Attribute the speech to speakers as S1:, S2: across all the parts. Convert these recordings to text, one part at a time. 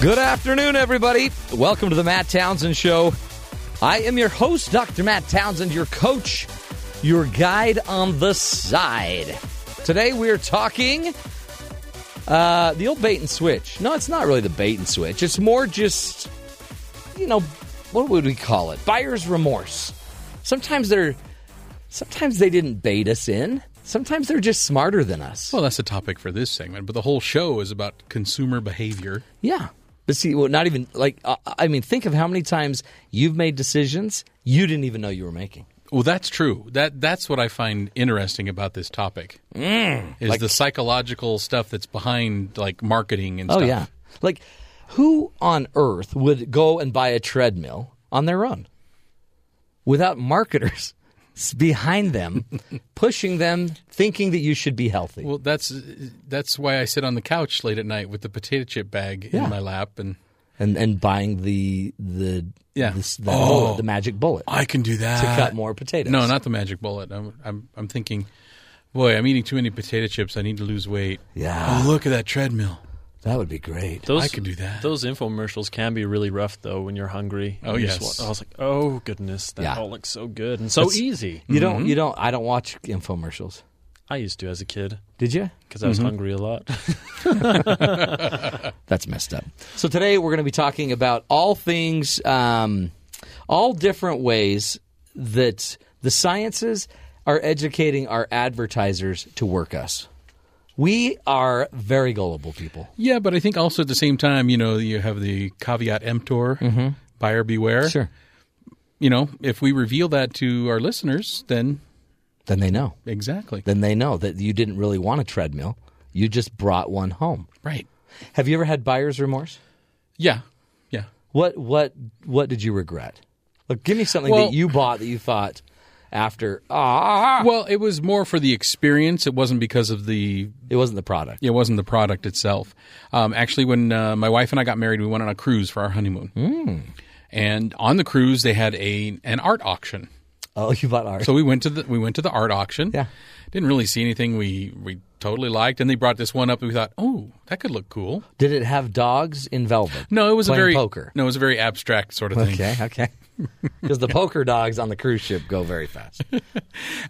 S1: Good afternoon, everybody. Welcome to the Matt Townsend Show. I am your host, Dr. Matt Townsend, your coach, your guide on the side. Today we are talking uh, the old bait and switch. No, it's not really the bait and switch. It's more just, you know, what would we call it? Buyer's remorse. Sometimes they're, sometimes they didn't bait us in. Sometimes they're just smarter than us.
S2: Well, that's the topic for this segment, but the whole show is about consumer behavior.
S1: Yeah. But see, well, not even like, I I mean, think of how many times you've made decisions you didn't even know you were making.
S2: Well, that's true. That that's what I find interesting about this topic
S1: Mm.
S2: is the psychological stuff that's behind like marketing and
S1: Oh,
S2: stuff.
S1: yeah. Like, who on earth would go and buy a treadmill on their own without marketers behind them, pushing them, thinking that you should be healthy?
S2: Well, that's that's why I sit on the couch late at night with the potato chip bag
S1: Yeah.
S2: in my lap, and
S1: and, and buying the, the,
S2: Yeah.
S1: this- the,
S2: Oh.
S1: bullet, the magic bullet
S2: I can do that
S1: to cut more potatoes.
S2: No, not the magic bullet. I'm I'm, I'm thinking, boy, I'm eating too many potato chips. I need to lose weight.
S1: Yeah.
S2: Oh, look at that treadmill.
S1: That would be great.
S3: Those,
S2: I could do that.
S3: Those infomercials can be really rough, though, when you're hungry.
S2: Oh,
S3: You just
S2: yes.
S3: wa- I was like, oh goodness, that
S1: Yeah.
S3: all looks so good and so
S2: That's-
S3: easy.
S1: You
S2: Mm-hmm.
S1: don't, you don't, I don't watch infomercials.
S3: Mm-hmm. I used to as a kid
S1: Did you?
S3: because I was hungry a lot.
S1: That's messed up. So today we're going to be talking about all things, um, all different ways that the sciences are educating our advertisers to work us. We are very gullible people.
S2: Yeah, but I think also at the same time, you know, you have the caveat emptor,
S1: Mm-hmm.
S2: buyer beware. You know, if we reveal that to our listeners, then
S1: Then they know.
S2: exactly.
S1: Then they know that you didn't really want a treadmill. You just brought one home.
S2: right.
S1: Have you ever had buyer's remorse?
S2: Yeah. Yeah.
S1: What what what did you regret? Look, give me something
S2: Well-
S1: that you bought that you thought after ah
S2: Well, it was more for the experience. It wasn't because of the
S1: it wasn't the product.
S2: it wasn't the product itself. Um, actually, when uh, my wife and I got married, we went on a cruise for our honeymoon.
S1: Hmm.
S2: And on the cruise, they had a an art auction.
S1: Oh, you bought ours.
S2: So we went to the we went to the art auction.
S1: Yeah.
S2: Didn't really see anything we we totally liked, and they brought this one up, and we thought, oh, that could look cool.
S1: Did it have dogs in velvet?
S2: No, it was
S1: Playing
S2: a very
S1: poker.
S2: No, it was a very abstract sort of thing.
S1: Okay, okay. Because the poker dogs on the cruise ship go very fast.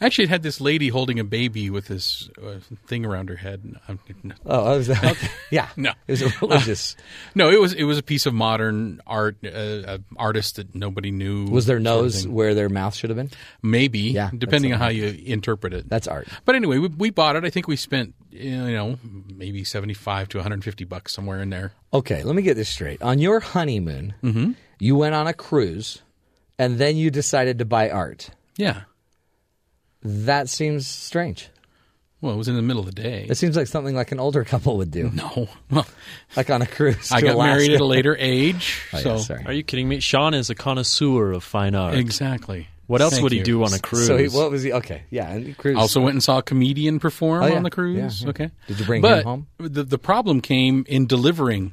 S2: Actually, it had this lady holding a baby with this uh, thing around her head. and I'm- no.
S1: Oh, I was, yeah.
S2: No. Uh,
S1: it was a religious.
S2: No, it was it was a piece of modern art, uh, uh, artist that nobody knew.
S1: was their
S2: sort of
S1: nose
S2: thing.
S1: where their mouth should have been?
S2: Maybe,
S1: Yeah,
S2: depending
S1: that's
S2: on how you interpret it.
S1: That's art.
S2: But anyway, we, we bought it. I think we spent you know maybe seventy five to one hundred fifty bucks somewhere in there.
S1: Okay, let me get this straight. On your honeymoon,
S2: Mm-hmm.
S1: you went on a cruise, and then you decided to buy art.
S2: Yeah.
S1: That seems strange.
S2: Well, it was in the middle of the day.
S1: It seems like something like an older couple would do,
S2: no, well,
S1: like on a cruise.
S2: I
S1: to
S2: got married
S1: Alaska.
S2: at a later age.
S1: Oh, yeah,
S2: so
S1: sorry.
S3: Are you kidding me? Sean is a connoisseur of fine art.
S2: exactly.
S3: What else
S2: Thank
S3: would he
S2: you.
S3: do on a cruise?
S1: So he, what was he? Okay, yeah, and cruise.
S2: Also went and saw a comedian perform
S1: Oh, yeah.
S2: on the cruise.
S1: Yeah, yeah.
S2: Okay.
S1: Did you bring
S2: but
S1: him home?
S2: The, the problem came in delivering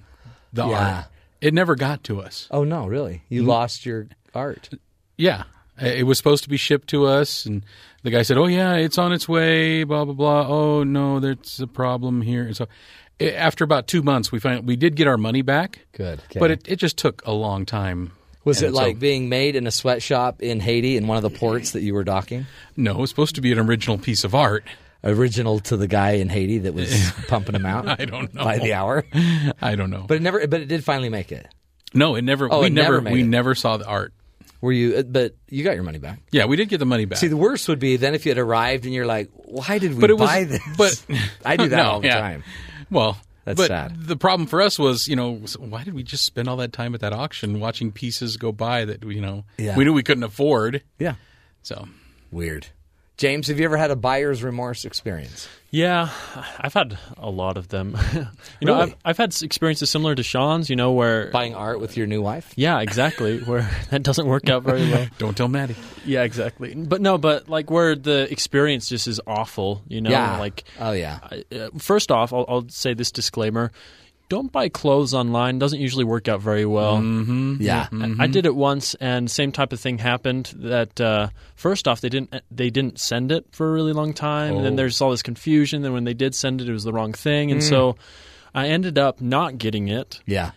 S2: the
S1: Yeah.
S2: art. It never got to us. Mm.
S1: oh no, really? You lost your art.
S2: Yeah. It was supposed to be shipped to us, and the guy said, "Oh yeah, it's on its way." Blah blah blah. Oh no, there's a problem here. And so, i- after about two months, we find we did get our money back.
S1: Good.
S2: but
S1: Okay.
S2: it, it just took a long time.
S1: Was
S2: And
S1: it
S2: so-
S1: like being made in a sweatshop in Haiti in one of the ports that you were docking?
S2: no? It was supposed to be an original piece of art.
S1: Original to the guy in Haiti that was pumping them out.
S2: I don't know.
S1: by the hour,
S2: I don't know,
S1: but it never. But it did finally make it.
S2: No, it never.
S1: Oh,
S2: we
S1: it never
S2: never.
S1: made
S2: we
S1: it.
S2: never saw the art.
S1: Were you? uh, But you got your money back.
S2: Yeah, we did get the money back.
S1: See, the worst would be then if you had arrived and you're like, "Why did we
S2: but it was.
S1: buy this?"
S2: But
S1: I do that
S2: No,
S1: all the
S2: yeah.
S1: time.
S2: Well,
S1: That's
S2: but
S1: sad.
S2: The problem for us was, you know, so why did we just spend all that time at that auction watching pieces go by that we, you know
S1: Yeah.
S2: we knew we couldn't afford?
S1: Yeah,
S2: So
S1: weird. James, have you ever had a buyer's remorse experience?
S3: Yeah, I've had a lot of them. you know,
S1: Really?
S3: I've, I've had s- experiences similar to Sean's. You know, where
S1: Buying art with your new wife?
S3: yeah, exactly, where that doesn't work out very well.
S2: Don't tell Maddie.
S3: Yeah, exactly. But no, but like where the experience just is awful. You know,
S1: yeah.
S3: like
S1: oh yeah.
S3: I- uh, first off, I'll, I'll say this disclaimer: don't buy clothes online. Doesn't usually work out very well.
S1: Mm-hmm. Yeah.
S3: I I did it once, and same type of thing happened. That uh, first off, they didn't they didn't send it for a really long time. And then
S2: Oh.
S3: there's all this confusion. Then when they did send it, it was the wrong thing, and so I ended up not getting it
S1: Mm. Yeah.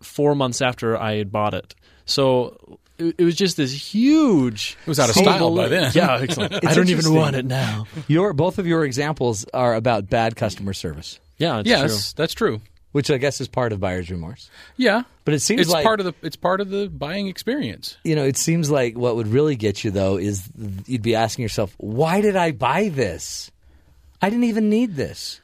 S3: four months after I had bought it. So it, it was just this huge.
S2: It was out of style by
S3: Single-
S2: then.
S3: Yeah, it's like, I don't even
S1: interesting.
S3: want it now.
S1: Your both of your examples are about bad customer service,
S3: Yeah, it's
S2: yes, that's true.
S1: which I guess is part of buyer's remorse.
S2: Yeah,
S1: But it seems
S2: it's
S1: like-
S2: part of the it's part of the buying experience.
S1: You know, it seems like what would really get you though is th- you'd be asking yourself, "Why did I buy this? I didn't even need this."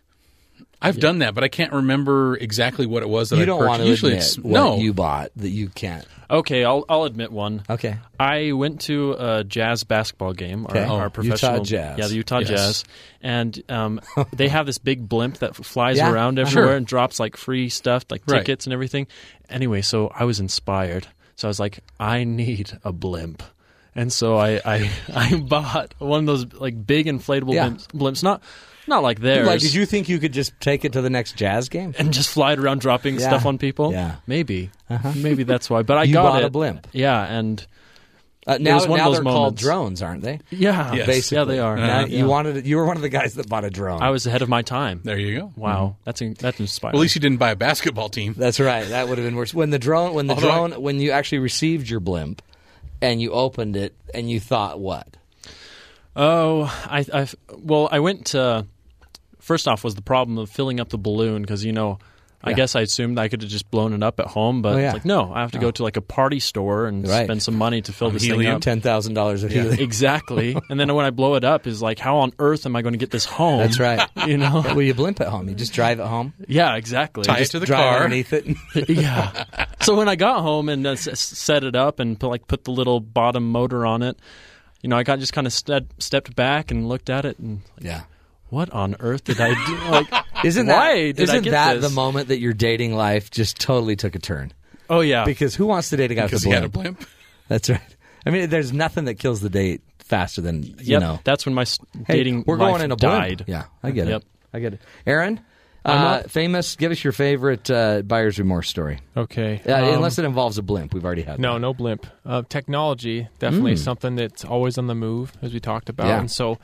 S2: I've done that, but I can't remember exactly what it was that
S1: You
S2: I
S1: don't
S2: purchased.
S1: want to
S2: Usually,
S1: admit
S2: it's
S1: what
S2: no.
S1: you bought that you can't.
S3: true. Okay, I'll I'll admit one.
S1: Okay.
S3: I went to a jazz basketball game,
S1: Okay.
S3: our,
S1: Oh,
S3: our professional
S1: Utah Jazz.
S3: yeah, the Utah
S2: Yes.
S3: Jazz, and um, they have this big blimp that f- flies
S1: Yeah,
S3: around
S1: uh-huh.
S3: everywhere
S2: Sure.
S3: and drops like free stuff, like
S2: Right.
S3: tickets and everything. Anyway, so I was inspired, so I was like, I need a blimp, and so I I, I bought one of those like big inflatable
S1: Yeah.
S3: blimps, blimps, not not like theirs,
S1: Like, did you think you could just take it to the next jazz game?
S3: and just fly it around dropping
S1: Yeah.
S3: stuff on people.
S1: Yeah. Uh-huh.
S3: maybe maybe that's why. But I
S1: You
S3: got
S1: bought
S3: it.
S1: a blimp.
S3: Yeah, and
S1: Uh,
S3: It
S1: now,
S3: was one of
S1: now
S3: those
S1: they're called
S3: moments.
S1: drones, aren't they?
S3: yeah,
S2: Yes.
S1: Basically,
S3: yeah, they are.
S1: Now,
S3: Yeah.
S1: You wanted, you were one of the guys that bought a drone.
S3: I was ahead of my time.
S2: Oh. there you go. Well,
S3: Wow, that's in, that's inspiring.
S2: at least you didn't buy a basketball team.
S1: That's right. That would have been worse. When the drone, when the
S2: Although I-
S1: drone, when you actually received your blimp, and you opened it, and you thought, "What?
S3: oh, I, I well, I went to. First off, was the problem of filling up the balloon because you know, I
S1: Yeah.
S3: guess I assumed I could have just blown it up at home, but
S1: Oh, yeah.
S3: it's like no, I have to go to like a party store and
S1: Right.
S3: spend some money to fill this
S2: helium.
S3: thing up.
S1: Ten thousand dollars of helium?"
S3: Exactly, and then when I blow it up, is like, how on earth am I going to get this home?
S1: That's right.
S3: You know,
S1: Well, you blimp at home. You just drive it home,
S3: yeah, exactly.
S2: Tie
S3: Just-
S2: it to the
S1: drive
S2: car.
S1: underneath it.
S3: yeah. So when I got home and uh, s- s- set it up and put like put the little bottom motor on it, you know, I got just kind of step, stepped back and looked at it and like,
S1: yeah.
S3: what on earth did I do? Like,
S1: Isn't
S3: why
S1: that
S3: did I
S1: isn't
S3: get
S1: that
S3: this?
S1: the moment that your dating life just totally took a turn?
S3: Oh yeah,
S1: Because who wants to date a guy
S2: Because
S1: with
S2: he had
S1: a
S2: a
S1: blimp?
S2: blimp.
S1: That's right. I mean, there's nothing that kills the date faster than you
S3: yep.
S1: know.
S3: That's when my s-
S1: Hey,
S3: dating
S1: we're
S3: life
S1: going in a blimp.
S3: died.
S1: Yeah, I get it.
S3: Yep.
S1: I get it. Aaron, uh, famous. Give us your favorite uh, buyer's remorse story.
S4: Okay.
S1: Uh,
S4: um,
S1: unless it involves a blimp, we've already had.
S4: no,
S1: that. Hmm.
S4: no blimp. Uh, technology definitely is something that's always on the move, as we talked about.
S1: Yeah.
S4: And so,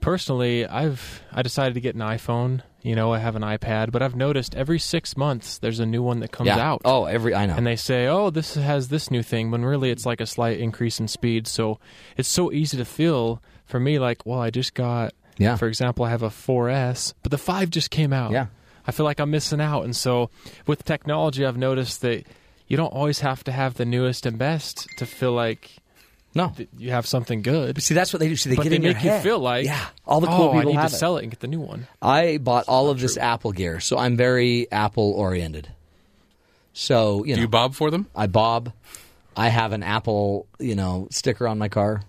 S4: personally, I've I decided to get an iPhone. You know, I have an iPad, but I've noticed every six months there's a new one that comes
S1: yeah.
S4: out.
S1: Oh, every I know.
S4: and they say, "Oh, this has this new thing," when really it's like a slight increase in speed. So it's so easy to feel for me like, "Well, I just got."
S1: Yeah.
S4: For example, I have a 4S, but the five just came out.
S1: Yeah.
S4: I feel like I'm missing out, and so with technology, I've noticed that you don't always have to have the newest and best to feel like
S1: no.
S4: that you have something good.
S1: See, that's what they do. See, they
S4: but
S1: get
S4: they
S1: in
S4: make
S1: your
S4: you
S1: head.
S4: feel like,
S1: yeah, all the cool
S4: oh,
S1: people
S4: I need to
S1: have it.
S4: sell it and get the new one.
S1: I bought all of this Apple gear, so I'm very Apple oriented. So you know,
S2: Do you bob for them?
S1: I bob. I have an Apple, you know, sticker on my car.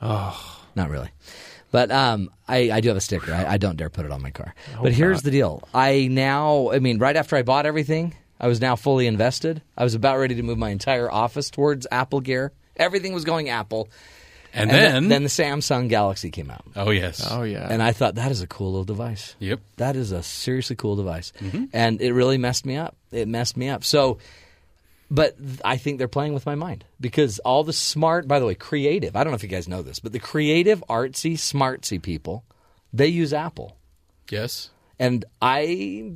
S1: Oh, not really, but um, I, I do have a sticker. I, I don't dare put it on my car.
S2: Oh,
S1: But here's the deal: I now, I mean, right after I bought everything, I was now fully invested. I was about ready to move my entire office towards Apple gear. Everything was going Apple,
S2: And,
S1: and
S2: then,
S1: then, then the Samsung Galaxy came out,
S2: oh yes,
S4: Oh yeah,
S1: and I thought that is a cool little device.
S2: yep. Mm-hmm.
S1: That is a seriously cool device. And it really messed me up. It messed me up. So, but th- I think they're playing with my mind because all the smart, by the way, creative, I don't know if you guys know this, but the creative, artsy, smartsy people, they use Apple.
S2: Yes,
S1: And I,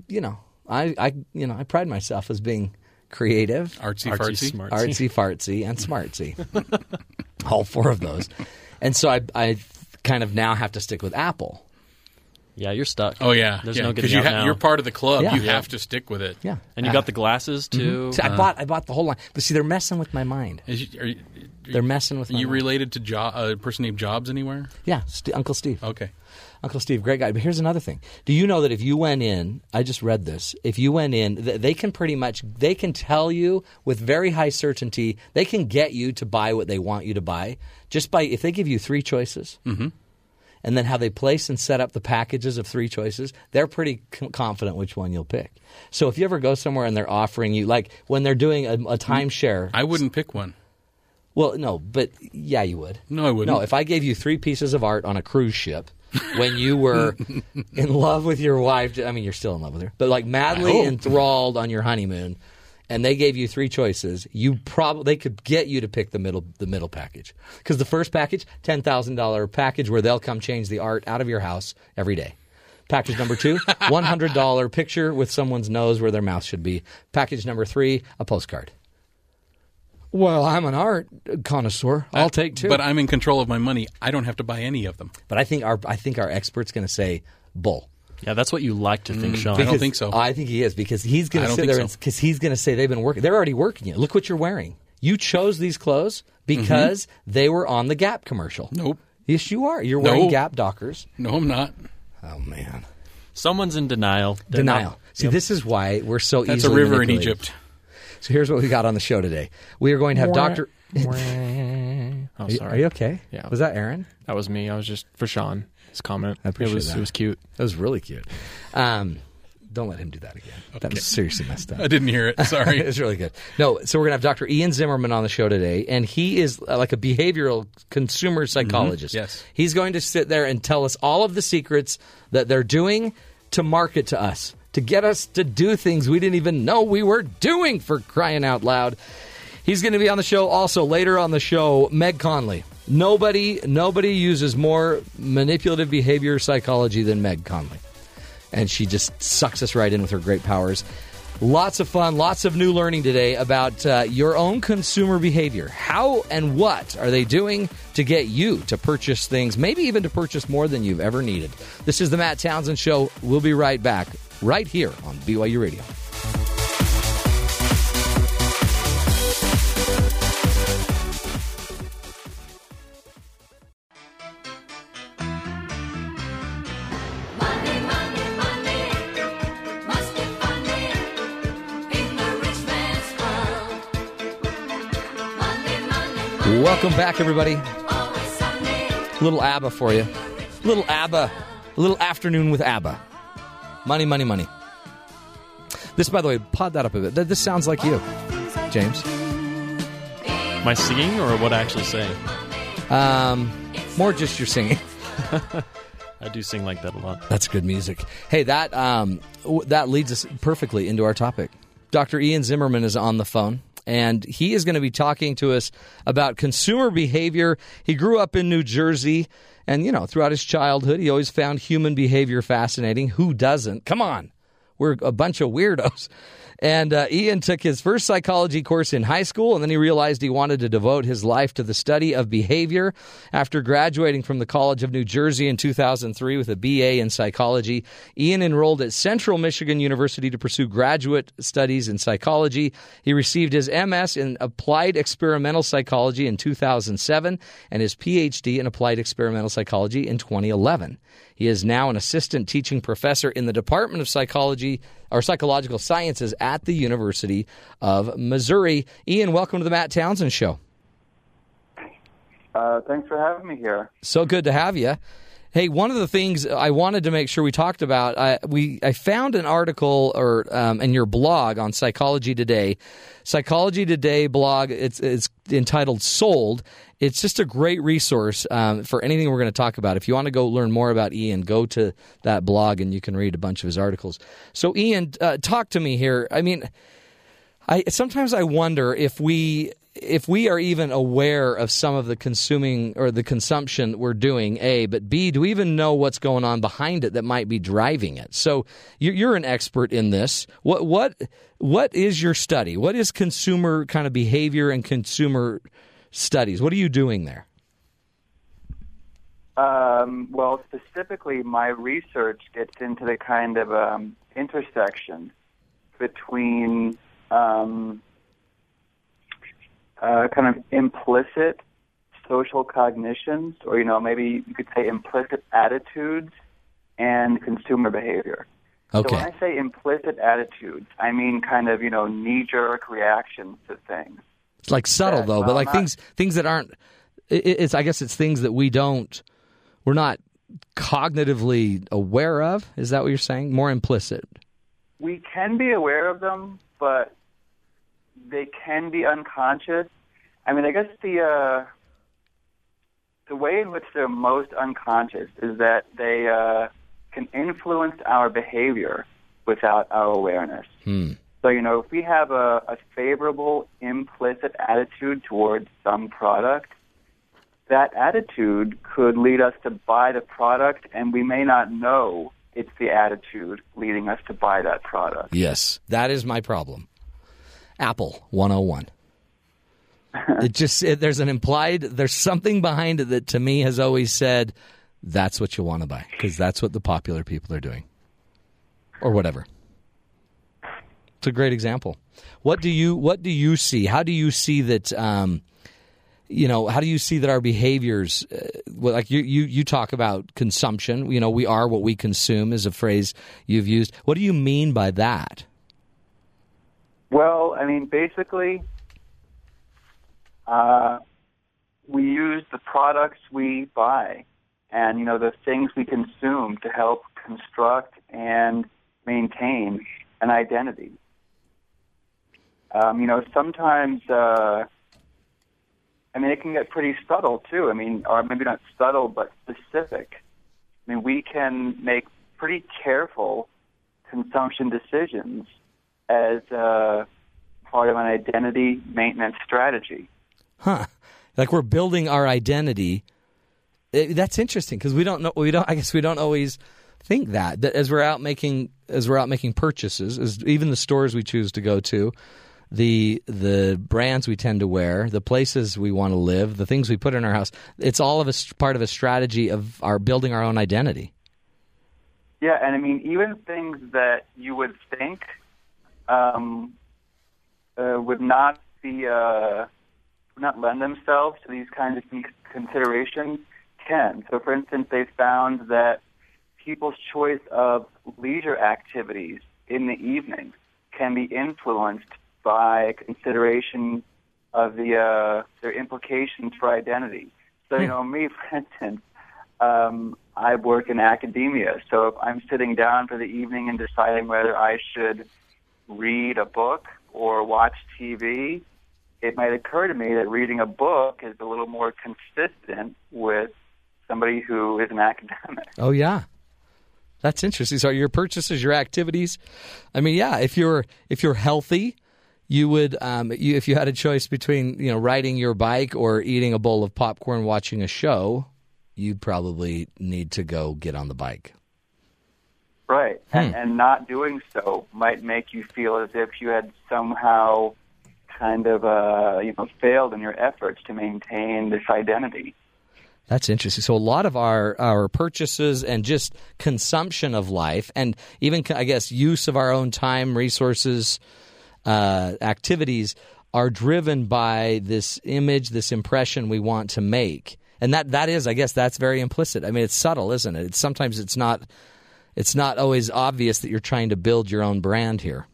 S1: you know, I, I you know, I pride myself as being creative,
S2: artsy,
S3: Artsy
S2: fartsy.
S3: smart.
S1: artsy, fartsy, and smartsy. all four of those. And so I, I kind of now have to stick with Apple.
S3: Yeah, you're stuck.
S2: Oh yeah,
S3: there's
S2: yeah.
S3: no getting
S2: you
S3: out now.
S2: you're part of the club.
S1: Yeah.
S2: You
S1: Yeah.
S2: have to stick with it. Uh-huh.
S1: Yeah. Uh, mm-hmm.
S3: and you got the glasses too.
S1: See, I bought I bought the whole line, but see, they're messing with my mind.
S2: Is you- are you,
S1: They're messing with
S2: are
S1: my
S2: you
S1: mind.
S2: related to jo- a person named Jobs anywhere?
S1: yeah, St- Uncle Steve.
S2: Okay.
S1: Uncle Steve, great guy. But here's another thing. Do you know that if you went in, I just read this. If you went in, th- they can pretty much they can tell you with very high
S2: Mm-hmm.
S1: certainty they can get you to buy what they want you to buy just by if they give you three choices. and then how they place and set up the packages of three choices, they're pretty c- confident which one you'll pick. So if you ever go somewhere and they're offering you, like when they're doing a, a timeshare,
S2: Mm-hmm. I wouldn't pick one.
S1: well, no, but yeah, you would.
S2: No, I wouldn't.
S1: No, if I gave you three pieces of art on a cruise ship when you were in love with your wife, I mean, you're still in love with her, but like madly
S2: Oh.
S1: enthralled on your honeymoon, and they gave you three choices, you probably they could get you to pick the middle the middle package because the first package, ten thousand dollar package, where they'll come change the art out of your house every day. Package number two, one hundred dollar picture with someone's nose where their mouth should be. Package number three, a postcard. Well, I'm an art connoisseur. I'll take two.
S2: But I'm in control of my money. I don't have to buy any of them.
S1: But I think our I think our expert's going to say bull.
S3: Yeah, that's what you like to think, Sean.
S2: Mm, I don't think so.
S1: I think he is because he's going
S2: I
S1: to
S2: don't
S1: sit
S2: think
S1: there
S2: so.
S1: because he's going to say they've been working. They're already working it. Look what you're wearing. You chose these clothes because they were on the Gap commercial.
S2: Mm-hmm. Nope.
S1: Yes, you are. You're wearing
S2: No.
S1: Gap Dockers.
S2: No, I'm not.
S1: Oh man,
S3: Someone's in denial. They're
S1: denial.
S3: not-
S1: See, this is why we're so
S2: That's a
S1: easily
S2: river in
S1: manipulated.
S2: Egypt.
S1: So here's what we got on the show today. We are going to have Doctor.
S4: oh, sorry.
S1: Are you okay?
S4: Yeah.
S1: Was that Aaron?
S4: That was me. I was just for Sean. His comment.
S1: I appreciate
S4: it was
S1: that.
S4: it was cute.
S1: That was really cute. Um, don't let him do that again. That was seriously messed up.
S2: I didn't hear it. Sorry.
S1: it's really good. No, so we're gonna have Dr. Ian Zimmerman on the show today, and he is uh, like a behavioral consumer psychologist.
S2: Mm-hmm. Yes.
S1: he's going to sit there and tell us all of the secrets that they're doing to market to us, to get us to do things we didn't even know we were doing. For crying out loud, he's going to be on the show. Also later on the show, Meg Conley. Nobody, nobody uses more manipulative behavior psychology than Meg Conley and she just sucks us right in with her great powers. Lots of fun, lots of new learning today about uh, your own consumer behavior. How and what are they doing to get you to purchase things, maybe even to purchase more than you've ever needed? This is the Matt Townsend Show. We'll be right back, right here on BYU Radio.
S5: Money, money, money must be funny in the rich man's world. Money, money, money,
S1: Welcome back, everybody.
S5: always sunny.
S1: Little ABBA for you. Little ABBA. A little afternoon with ABBA. Money, money, money. This, by the way, pod that up a bit. Th- This sounds like you, James.
S3: My singing or what I actually say?
S1: Um, more just your singing.
S3: I do sing like that a lot.
S1: That's good music. Hey, that um, w- that leads us perfectly into our topic. Dr. Ian Zimmerman is on the phone, and he is going to be talking to us about consumer behavior. He grew up in New Jersey, and you know, throughout his childhood, he always found human behavior fascinating. Who doesn't? Come on, we're a bunch of weirdos. And uh, Ian took his first psychology course in high school, and then he realized he wanted to devote his life to the study of behavior. After graduating from the College of New Jersey in 2003 with a BA in psychology, Ian enrolled at Central Michigan University to pursue graduate studies in psychology. He received his MS in applied experimental psychology in 2007 and his PhD in applied experimental psychology in 2011. He is now an assistant teaching professor in the Department of Psychology or Psychological Sciences at the University of Missouri. Ian, welcome to the Matt Townsend Show.
S6: Uh, thanks for having me here.
S1: So good to have you. Hey, one of the things I wanted to make sure we talked about, I, we I found an article or um, in your blog on Psychology Today, Psychology Today blog. It's it's entitled "Sold." It's just a great resource um, for anything we're going to talk about. If you want to go learn more about Ian, go to that blog and you can read a bunch of his articles. So, Ian, uh, talk to me here. I mean. I sometimes I wonder if we if we are even aware of some of the consuming or the consumption we're doing. A, but B, do we even know what's going on behind it that might be driving it? So you- you're an expert in this. What what what is your study? What is consumer kind of behavior and consumer studies? What are you doing there?
S6: Um, well, specifically, my research gets into the kind of um, intersection between um, uh, kind of implicit social cognitions, or you know, maybe you could say implicit attitudes, and consumer behavior. So
S1: Okay.
S6: when I say implicit attitudes, I mean kind of you know knee-jerk reactions to things.
S1: It's like subtle
S6: Yeah,
S1: though, but
S6: well,
S1: like
S6: not-
S1: things things that aren't. It, it's I guess it's things that we don't. We're not cognitively aware of? Is that what you're saying? More implicit.
S6: we can be aware of them, but they can be unconscious. I mean, I guess the uh, the way in which they're most unconscious is that they uh, can influence our behavior without our awareness. So you know, if we have a, a favorable implicit attitude towards some product, that attitude could lead us to buy the product, and we may not know it's the attitude leading us to buy that product.
S1: Yes. That is my problem. Apple 101. it just it, there's an implied there's something behind it that to me has always said that's what you want to buy because that's what the popular people are doing or whatever. It's a great example. What do you what do you see? How do you see that um you know, how do you see that our behaviors, uh, well, like you, you, you talk about consumption, you know, we are what we consume is a phrase you've used. What do you mean by that?
S6: Well, I mean, basically, uh, we use the products we buy and, you know, the things we consume to help construct and maintain an identity. Um, you know, sometimes, uh, I mean, it can get pretty subtle, too. I mean, or maybe not subtle, but specific. I mean, we can make pretty careful consumption decisions as uh, part of an identity maintenance strategy.
S1: Huh. Like we're building our identity. Eh, that's interesting because we don't know. We don't. I guess we don't always think that that as we're out making as we're out making purchases, as even the stores we choose to go to, the the brands we tend to wear, the places we want to live, the things we put in our house. It's all of a s- part of a strategy of our building our own identity.
S6: Yeah, and I mean, even things that you would think um, uh, would not be uh, would not lend themselves to these kinds of con- considerations can. So, for instance, they found that people's choice of leisure activities in the evening can be influenced by consideration of the uh, their implications for identity. So, you know, me, for instance, um, I work in academia, so if I'm sitting down for the evening and deciding whether I should read a book or watch TV, it might occur to me that reading a book is a little more consistent with somebody who is an academic.
S1: Oh yeah. That's interesting. So your purchases, your activities. I mean, yeah, if you're if you're healthy, you would um you, if you had a choice between, you know, riding your bike or eating a bowl of popcorn watching a show, you'd probably need to go get on the bike.
S6: Right. And, and not doing so might make you feel as if you had somehow kind of uh, you know failed in your efforts to maintain this identity.
S1: That's interesting. So a lot of our our purchases and just consumption of life, and even I guess use of our own time, resources, uh, activities, are driven by this image, this impression we want to make, and that that is, I guess, that's very implicit. I mean, it's subtle, isn't it? It's sometimes it's not it's not always obvious that you're trying to build your own brand here.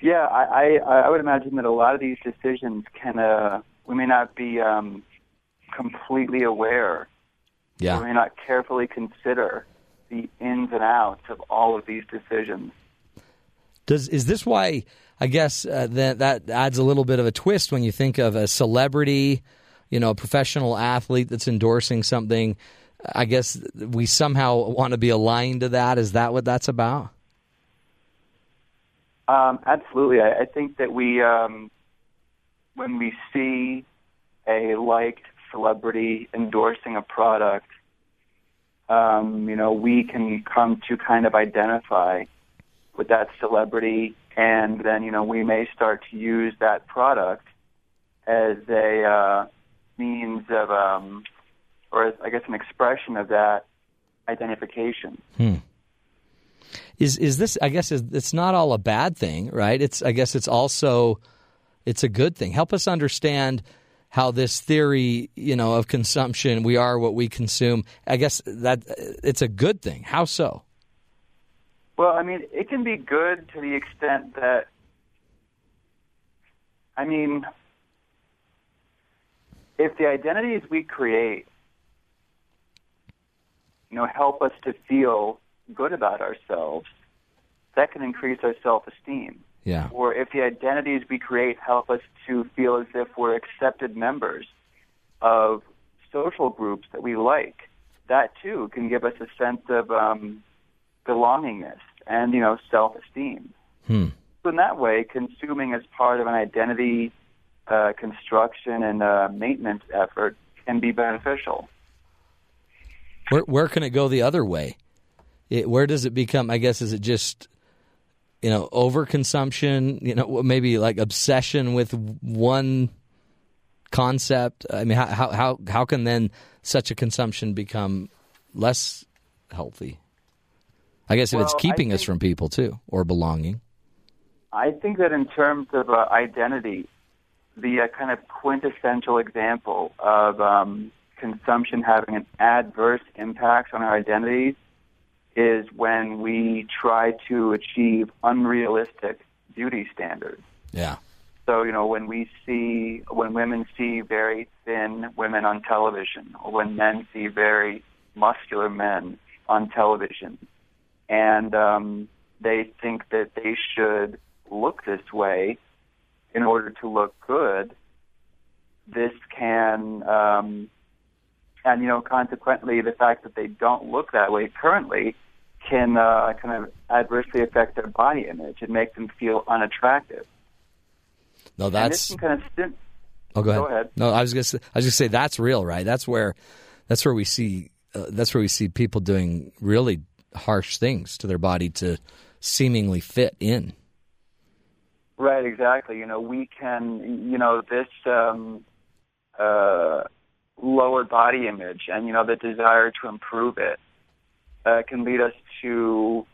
S6: Yeah, I, I, I would imagine that a lot of these decisions can, uh, we may not be um, completely aware.
S1: Yeah.
S6: We may not carefully consider the ins and outs of all of these decisions.
S1: Does is this why? I guess uh, that that adds a little bit of a twist when you think of a celebrity, you know, a professional athlete that's endorsing something. I guess we somehow want to be aligned to that. Is that what that's about?
S6: Um, absolutely. I, I think that we, um, when we see a liked celebrity endorsing a product, um, you know, we can come to kind of identify with that celebrity, and then, you know, we may start to use that product as a uh, means of, um, or as, I guess, an expression of that identification.
S1: Is is this? I guess is, it's not all a bad thing, right? It's I guess it's also it's a good thing. Help us understand how this theory, you know, of consumption, we are what we consume. I guess that it's a good thing. How so?
S6: Well, I mean, it can be good to the extent that, I mean, if the identities we create you know, help us to feel good about ourselves, that can increase our self-esteem.
S1: Yeah.
S6: Or if the identities we create help us to feel as if we're accepted members of social groups that we like, that too can give us a sense of um, belongingness and you know self-esteem.
S1: Hmm.
S6: So in that way, consuming as part of an identity uh, construction and uh, maintenance effort can be beneficial.
S1: Where where can it go the other way? It, where does it become? I guess is it just you know overconsumption? You know maybe like obsession with one concept. I mean, how how how, how can then such a consumption become less healthy? I guess if it's
S6: Well, I
S1: keeping us
S6: think-
S1: from people too or belonging.
S6: I think that in terms of uh, identity, the uh, kind of quintessential example of um, consumption having an adverse impact on our identities is when we try to achieve unrealistic beauty standards.
S1: Yeah.
S6: So, you know, when we see, when women see very thin women on television, or when men see very muscular men on television, and um, they think that they should look this way in order to look good, this can, um, and, you know, consequently, the fact that they don't look that way currently can uh, kind of adversely affect their body image and make them feel unattractive.
S1: No,
S6: And this
S1: that's.
S6: can kind of stim-
S1: Oh, go ahead.
S6: Go ahead.
S1: No, I was gonna. Say, I was gonna say that's real, right? That's where, that's where we see, uh, that's where we see people doing really harsh things to their body to seemingly fit in.
S6: Right, exactly. You know, we can, you know, this um, uh, lower body image and, you know, the desire to improve it uh, can lead us to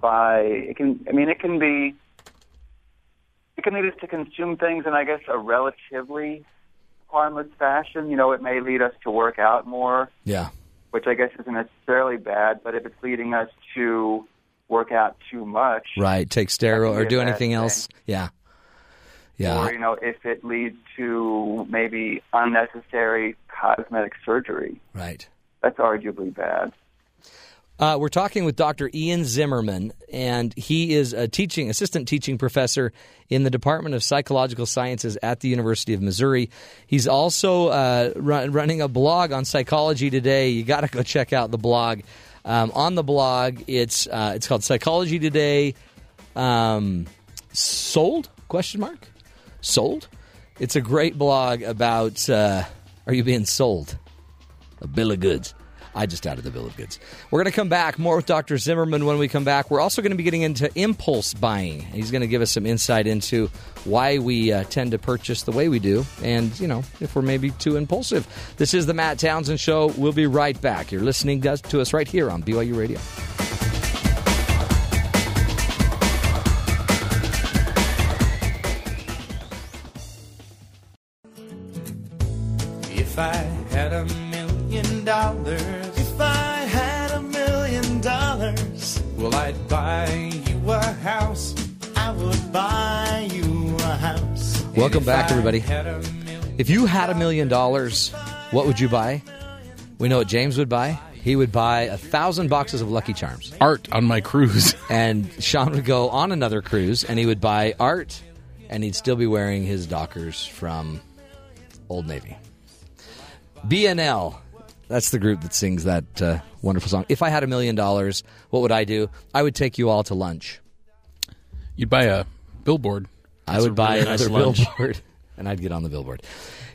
S6: buy, it can, I mean, it can be, it can lead us to consume things in, I guess, a relatively harmless fashion. You know, it may lead us to work out more,
S1: Yeah.
S6: which I guess isn't necessarily bad, but if it's leading us to work out too much,
S1: Right. Take steroid
S6: That can
S1: or
S6: be
S1: do
S6: a bad
S1: anything
S6: thing.
S1: else. Yeah. Yeah.
S6: Or, you know, if it leads to maybe unnecessary cosmetic surgery,
S1: right.
S6: that's arguably bad.
S1: Uh, we're talking with Dr. Ian Zimmerman, and he is a teaching assistant teaching professor in the Department of Psychological Sciences at the University of Missouri. He's also uh, run, running a blog on psychology today. You got to go check out the blog. Um, on the blog, it's uh, it's called Psychology Today. Um, sold? Question mark? Sold? It's a great blog about uh, are you being sold? a bill of goods. I just added the bill of goods. We're going to come back more with Dr. Zimmerman when we come back. We're also going to be getting into impulse buying. He's going to give us some insight into why we uh, tend to purchase the way we do and, you know, if we're maybe too impulsive. This is the Matt Townsend Show. We'll be right back. You're listening to us- to us right here on BYU Radio.
S7: If I had a million dollars, if I had a million dollars, well, I'd buy you a house. I would buy you a house.
S1: Welcome
S7: And if
S1: back,
S7: I
S1: everybody.
S7: had a million-
S1: If you had a million dollars, what would you buy? We know what James would buy. He would buy a thousand boxes of Lucky Charms.
S2: Art on my cruise.
S1: and Sean would go on another cruise and he would buy art and he'd still be wearing his Dockers from Old Navy. BNL. That's the group that sings that uh, wonderful song. If I had a million dollars, what would I do? I would take you all to lunch.
S2: You'd buy a billboard.
S1: I would buy
S3: really nice
S1: another
S3: lunch.
S1: billboard and I'd get on the billboard.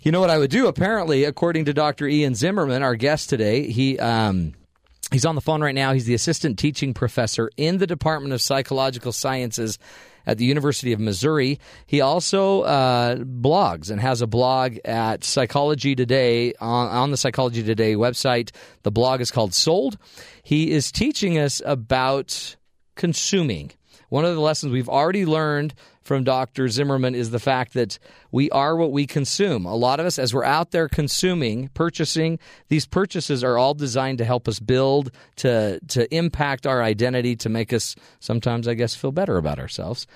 S1: You know what I would do? Apparently, according to Dr. Ian Zimmerman, our guest today, he um, he's on the phone right now. He's the assistant teaching professor in the Department of Psychological Sciences at the University of Missouri. He also uh, blogs and has a blog at Psychology Today on, on the Psychology Today website. The blog is called Sold. He is teaching us about consuming. One of the lessons we've already learned from Dr. Zimmerman is the fact that we are what we consume. A lot of us, as we're out there consuming, purchasing, these purchases are all designed to help us build, to, to impact our identity, to make us sometimes, I guess, feel better about ourselves,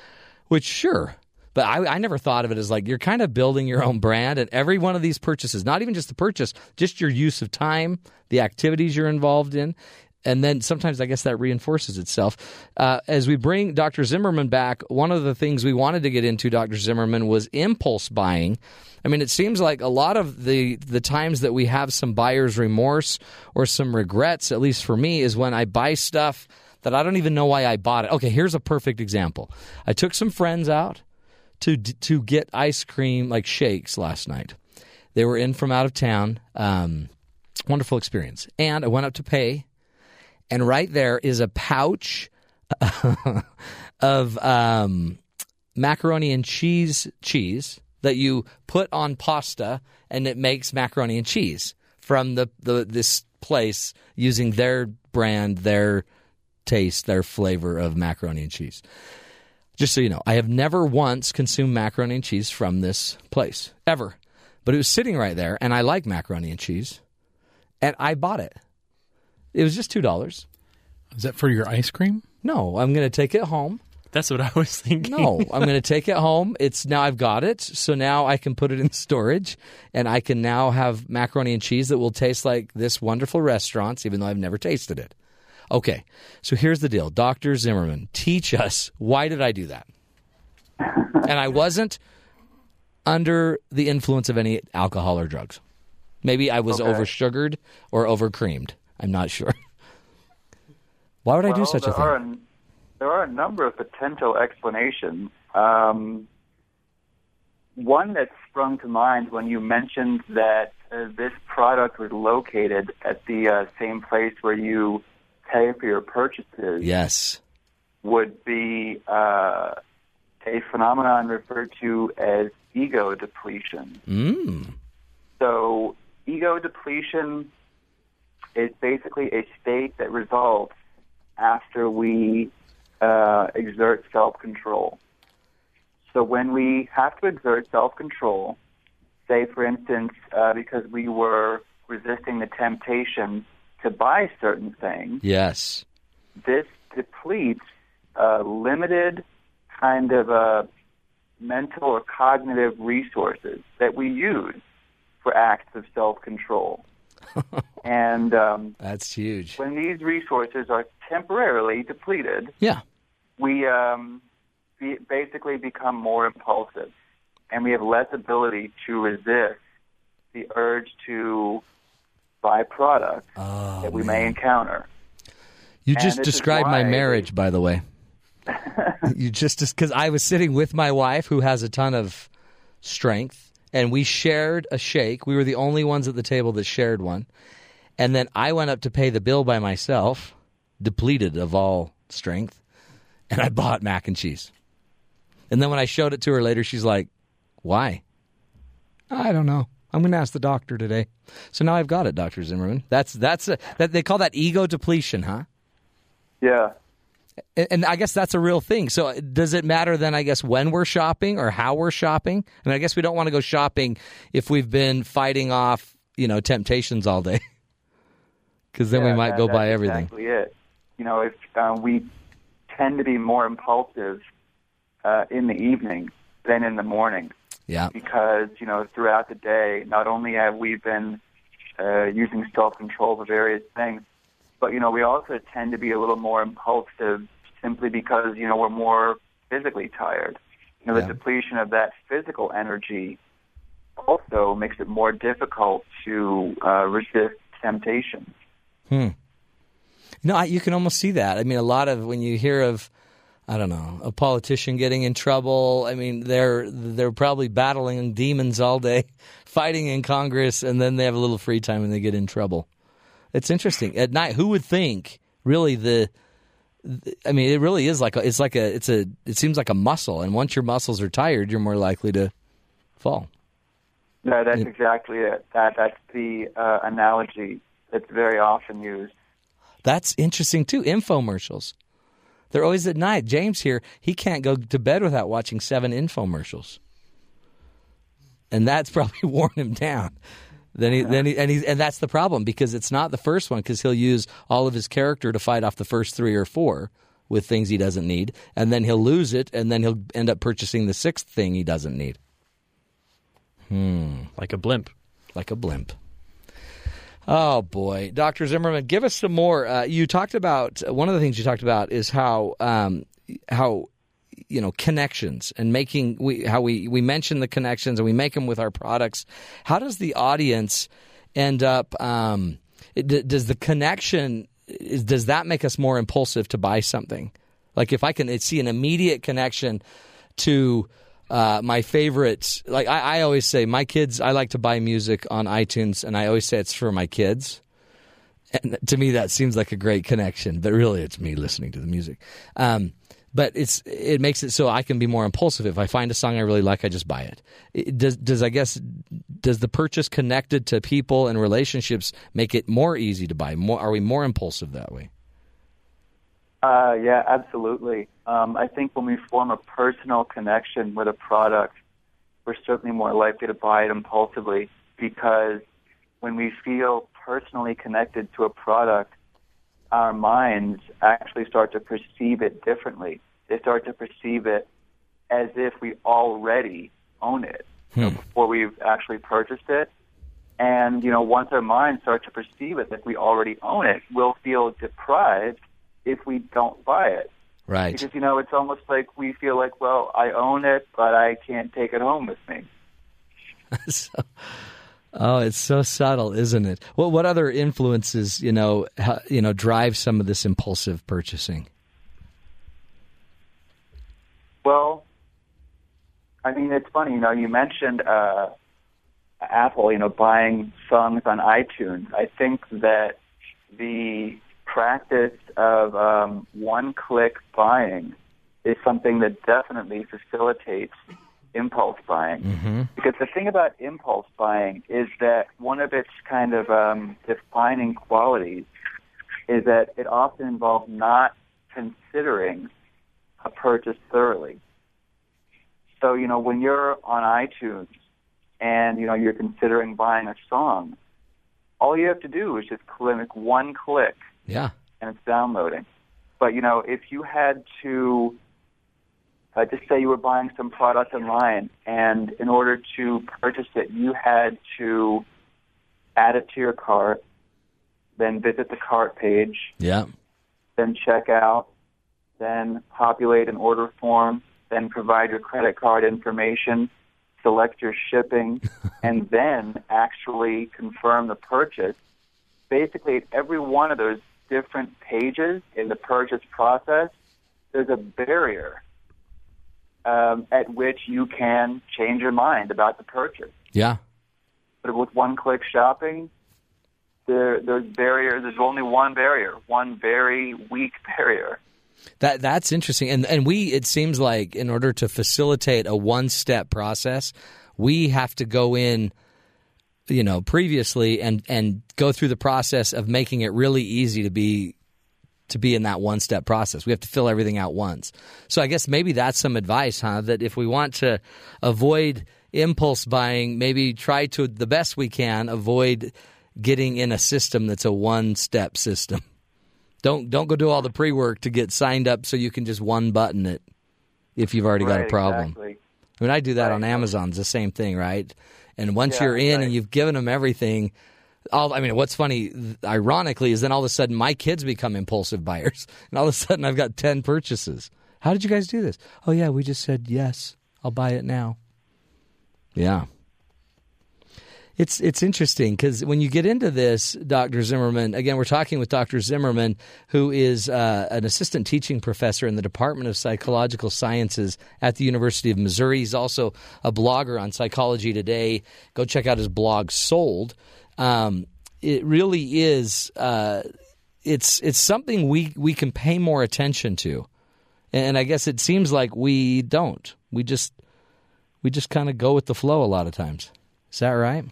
S1: which, sure, But I, I never thought of it as like you're kind of building your own brand, and every one of these purchases, not even just the purchase, just your use of time, the activities you're involved in. And then sometimes I guess that reinforces itself. Uh, as we bring Dr. Zimmerman back, one of the things we wanted to get into, Dr. Zimmerman, was impulse buying. I mean, it seems like a lot of the the times that we have some buyer's remorse or some regrets, at least for me, is when I buy stuff that I don't even know why I bought it. Okay, here's a perfect example. I took some friends out to to get ice cream like shakes last night. They were in from out of town. Um, wonderful experience. And I went up to pay, and right there is a pouch of um, macaroni and cheese cheese that you put on pasta, and it makes macaroni and cheese from the, the this place using their brand, their taste, their flavor of macaroni and cheese. Just so you know, I have never once consumed macaroni and cheese from this place, ever. But it was sitting right there, and I like macaroni and cheese, and I bought it. It was just $2.
S2: Is that for your ice cream?
S1: No, I'm going to take it home.
S3: That's what I was thinking.
S1: No, I'm going to take it home. It's now I've got it, so now I can put it in storage, and I can now have macaroni and cheese that will taste like this wonderful restaurant's, even though I've never tasted it. Okay, so here's the deal, Doctor Zimmerman, teach us why did I do that? And I wasn't under the influence of any alcohol or drugs. Maybe I was over sugared or over creamed. I'm not sure. Why would I do
S6: Well,
S1: such a
S6: there
S1: thing?
S6: Are a, there are a number of potential explanations. Um, one that sprung to mind when you mentioned that uh, this product was located at the uh, same place where you pay for your purchases
S1: Yes.
S6: would be uh, a phenomenon referred to as ego depletion.
S1: Mm.
S6: So, ego depletion is basically a state that results after we uh, exert self control. So, when we have to exert self control, say, for instance, uh, because we were resisting the temptation to buy certain things,
S1: Yes.
S6: this depletes uh, limited kind of uh, mental or cognitive resources that we use for acts of self-control. and um,
S1: That's huge.
S6: when these resources are temporarily depleted,
S1: Yeah.
S6: we um, be- basically become more impulsive, and we have less ability to resist the urge to buy products that we may encounter.
S1: You
S6: And
S1: just
S6: this is
S1: described my
S6: why-
S1: marriage, by the way. you just because I was sitting with my wife, who has a ton of strength, and we shared a shake. We were the only ones at the table that shared one, and then I went up to pay the bill by myself, depleted of all strength, and I bought mac and cheese. And then when I showed it to her later, she's like, "Why?" I don't know. I'm going to ask the doctor today. So now I've got it, Doctor Zimmerman. That's that's a, that they call that ego depletion, huh?
S6: Yeah.
S1: And- and I guess that's a real thing. So uh, does it matter then? I guess when we're shopping or how we're shopping. I mean, I guess we don't want to go shopping if we've been fighting off, you know, temptations all day, because then we
S6: Yeah,
S1: might
S6: that-
S1: go
S6: that's
S1: buy everything.
S6: Exactly it. You know, if uh, we tend to be more impulsive uh, in the evening than in the morning,
S1: Yeah,
S6: because you know throughout the day, not only have we been uh, using self-control for various things, but you know we also tend to be a little more impulsive simply because you know we're more physically tired. You know,
S1: Yeah.
S6: the depletion of that physical energy also makes it more difficult to uh, resist temptation.
S1: Hmm. no, I, you can almost see that. I mean, a lot of when you hear of, I don't know, a politician getting in trouble. I mean, they're they're probably battling demons all day, fighting in Congress, and then they have a little free time and they get in trouble. It's interesting. At night, who would think really the I mean, it really is like a, it's like a it's a it seems like a muscle, and once your muscles are tired, you're more likely to fall.
S6: No, that's exactly it. That that's the uh, analogy that's very often used.
S1: That's interesting too. Infomercials, they're always at night. James here, he can't go to bed without watching seven infomercials, and that's probably worn him down. Then he, then he, and he, and that's the problem because it's not the first one because he'll use all of his character to fight off the first three or four with things he doesn't need, and then he'll lose it, and then he'll end up purchasing the sixth thing he doesn't need, Hmm.
S3: like a blimp.
S1: like a blimp. Oh boy, Doctor Zimmerman, give us some more. Uh, you talked about uh, one of the things you talked about is how um, how you know connections and making we how we we mention the connections and we make them with our products. How does the audience end up? Um, it- d- does the connection is, does that make us more impulsive to buy something? Like if I can see an immediate connection to uh, my favorites, like I, I always say, my kids, I like to buy music on iTunes, and I always say it's for my kids. And to me, that seems like a great connection, but really, it's me listening to the music. Um, but it's it makes it so I can be more impulsive. If I find a song I really like, I just buy it. it does does I guess does the purchase connected to people and relationships make it more easy to buy? More are we more impulsive that way?
S6: Uh, yeah, absolutely. Um, I think when we form a personal connection with a product, we're certainly more likely to buy it impulsively because when we feel personally connected to a product, our minds actually start to perceive it differently. They start to perceive it as if we already own it you know,
S1: Hmm.
S6: before we've actually purchased it. And, you know, once our minds start to perceive it like we already own it, we'll feel deprived if we don't buy it.
S1: Right.
S6: Because, you know, it's almost like we feel like, well, I own it, but I can't take it home with me.
S1: So- oh, it's so subtle, isn't it? Well, what other influences you know ha- you know drive some of this impulsive purchasing?
S6: Well, I mean, it's funny, you know, you mentioned uh, Apple, you know, buying songs on iTunes. I think that the practice of um, one click buying is something that definitely facilitates impulse buying. Because the thing about impulse buying is that one of its kind of um, defining qualities is that it often involves not considering a purchase thoroughly. So, you know, when you're on iTunes and, you know, you're considering buying a song, all you have to do is just click one click
S1: Yeah.
S6: and it's downloading. But, you know, if you had to uh, just say you were buying some product online and in order to purchase it, you had to add it to your cart, then visit the cart page,
S1: Yeah.
S6: then check out, then populate an order form, then provide your credit card information, select your shipping, and then actually confirm the purchase. Basically, at every one of those different pages in the purchase process, there's a barrier um, at which you can change your mind about the purchase.
S1: Yeah.
S6: But with one click shopping, there, there's barrier. There's only one barrier, one very weak barrier.
S1: That that's interesting, and and we it seems like in order to facilitate a one step process, we have to go in, you know, previously and and go through the process of making it really easy to be to be in that one step process. We have to fill everything out once. So I guess maybe that's some advice, huh? That if we want to avoid impulse buying, maybe try to the best we can avoid getting in a system that's a one step system. Don't don't go do all the pre work to get signed up so you can just one button it if you've already got a
S6: Right,
S1: problem.
S6: exactly.
S1: I mean, I do that on Amazon. It's the same thing, right? And once
S6: Yeah,
S1: you're in
S6: right.
S1: and you've given them everything, all I mean, what's funny, th- ironically, is then all of a sudden my kids become impulsive buyers, and all of a sudden I've got ten purchases. How did you guys do this? Oh yeah, we just said yes. I'll buy it now. Yeah. It's it's interesting because when you get into this, Dr. Zimmerman. Again, we're talking with Dr. Zimmerman, who is uh, an assistant teaching professor in the Department of Psychological Sciences at the University of Missouri. He's also a blogger on Psychology Today. Go check out his blog, Sold. Um, it really is. Uh, it's it's something we we can pay more attention to, and I guess it seems like we don't. We just we just kind of go with the flow a lot of times. Is that right?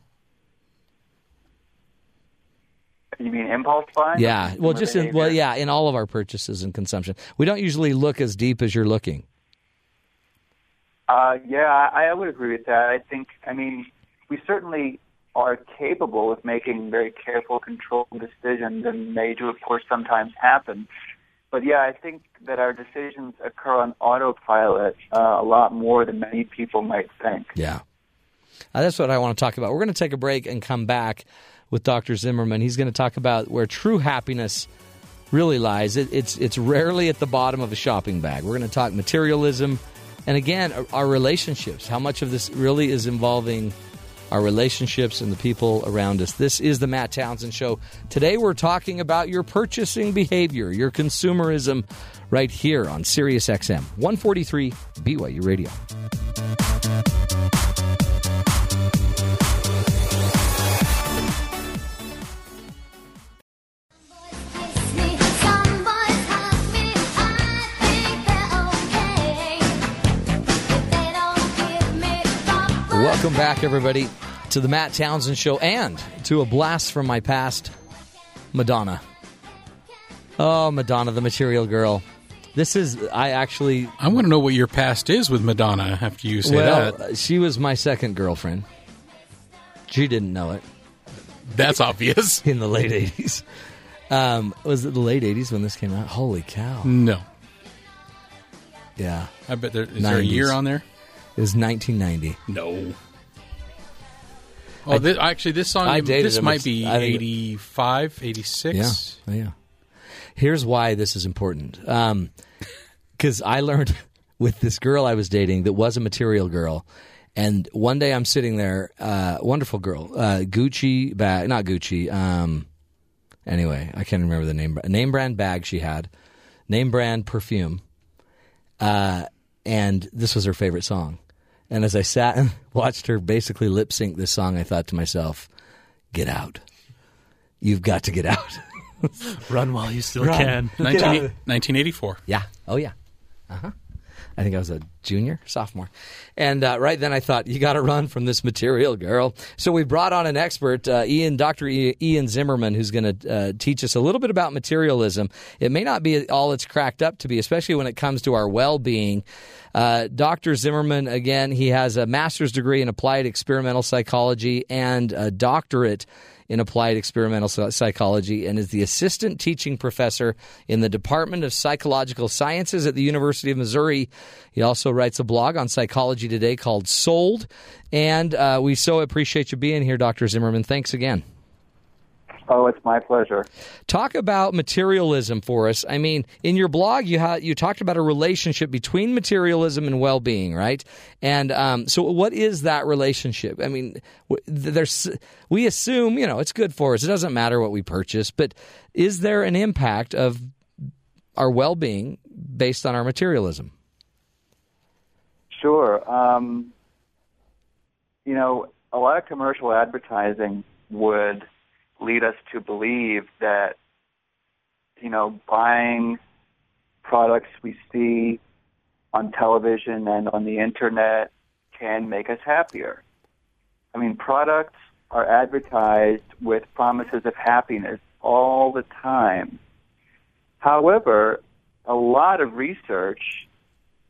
S6: You mean impulse buying?
S1: Yeah. Well,
S6: Consumer
S1: just in, well,
S6: behavior?
S1: yeah, in all of our purchases and consumption, we don't usually look as deep as you're looking.
S6: Uh, yeah, I, I would agree with that. I think, I mean, we certainly are capable of making very careful, controlled decisions, and they do, of course, sometimes happen. But yeah, I think that our decisions occur on autopilot uh, a lot more than many people might think.
S1: Yeah. Uh, that's what I want to talk about. We're going to take a break and come back with Dr. Zimmerman. He's going to talk about where true happiness really lies. It, it's, it's rarely at the bottom of a shopping bag. We're going to talk materialism and, again, our, our relationships. How much of this really is involving our relationships and the people around us? This is the Matt Townsend Show. Today, we're talking about your purchasing behavior, your consumerism, right here on Sirius XM 143 BYU Radio.
S5: Kiss me, some boys hug me. I think they're okay if they don't give me proper.
S1: Welcome back, everybody, to the Matt Townsend Show and to a blast from my past, Madonna. Oh, Madonna, the material girl. This is, I actually,
S2: I want to know what your past is with Madonna after you say
S1: well,
S2: that.
S1: she was my second girlfriend. She didn't know it
S2: That's obvious.
S1: in the late 80s. Um, was it the late 80s when this came out? Holy cow.
S2: No.
S1: Yeah.
S2: I bet there is there a
S1: 90s.
S2: year on there?
S1: It was 1990.
S2: No. Oh, this, actually, this song,
S1: I dated
S2: this
S1: him.
S2: might be
S1: I think-
S2: 85, 86.
S1: Yeah, yeah. Here's why this is important. Because I learned with this girl I was dating that was a material girl, and one day I'm sitting there, uh, wonderful girl, uh, Gucci bag, not Gucci. Um, anyway, I can't remember the name bra- name brand bag she had, name brand perfume, uh, and this was her favorite song. And as I sat and watched her basically lip sync this song, I thought to myself, "Get out! You've got to get out."
S3: Run while you still can.
S2: 19, 1984.
S1: Yeah. Oh yeah. Uh huh. I think I was a junior, sophomore, and uh, right then I thought you got to run from this material, girl. So we brought on an expert, uh, Ian, Doctor Ian Zimmerman, who's going to uh, teach us a little bit about materialism. It may not be all it's cracked up to be, especially when it comes to our well-being. Uh, Dr. Zimmerman, again, he has a master's degree in applied experimental psychology and a doctorate in applied experimental Psy- psychology and is the assistant teaching professor in the Department of Psychological Sciences at the University of Missouri. He also writes a blog on Psychology Today called Sold. And uh, we so appreciate you being here, Dr. Zimmerman. Thanks again.
S6: Oh, it's my pleasure.
S1: Talk about materialism for us. I mean, in your blog, you ha- you talked about a relationship between materialism and well being, right? And um, so, what is that relationship? I mean, w- th- there's we assume you know it's good for us. It doesn't matter what we purchase, but is there an impact of our well being based on our materialism?
S6: Sure. Um, you know, a lot of commercial advertising would lead us to believe that, you know, buying products we see on television and on the internet can make us happier. I mean, products are advertised with promises of happiness all the time. However, a lot of research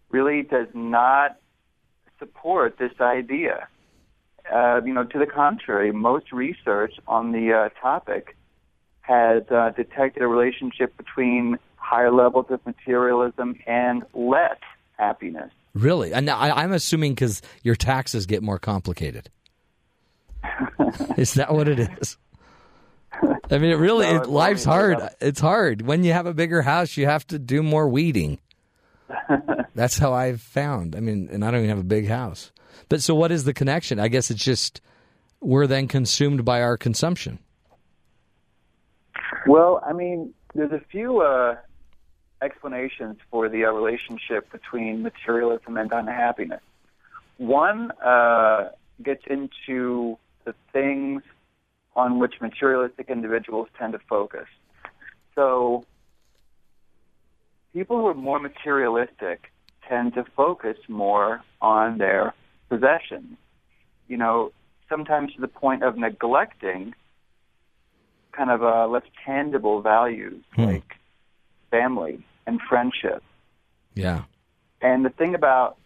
S6: really does not support this idea. Uh, you know, to the contrary, most research on the uh, topic has uh, detected a relationship between higher levels of materialism and less happiness.
S1: Really? And I, I'm assuming because your taxes get more complicated. is that what it is? I mean, it really,
S6: No,
S1: it,
S6: it
S1: life's
S6: probably
S1: hard. It's hard. When you have a bigger house, you have to do more weeding. That's how I've found. I mean, and I don't even have a big house. But so what is the connection? I guess it's just we're then consumed by our consumption.
S6: Well, I mean, there's a few uh, explanations for the uh, relationship between materialism and unhappiness. One uh, gets into the things on which materialistic individuals tend to focus. So, people who are more materialistic tend to focus more on their possessions. You know, sometimes to the point of neglecting kind of uh, less tangible values
S1: Hmm.
S6: like family and friendship.
S1: Yeah.
S6: And the thing about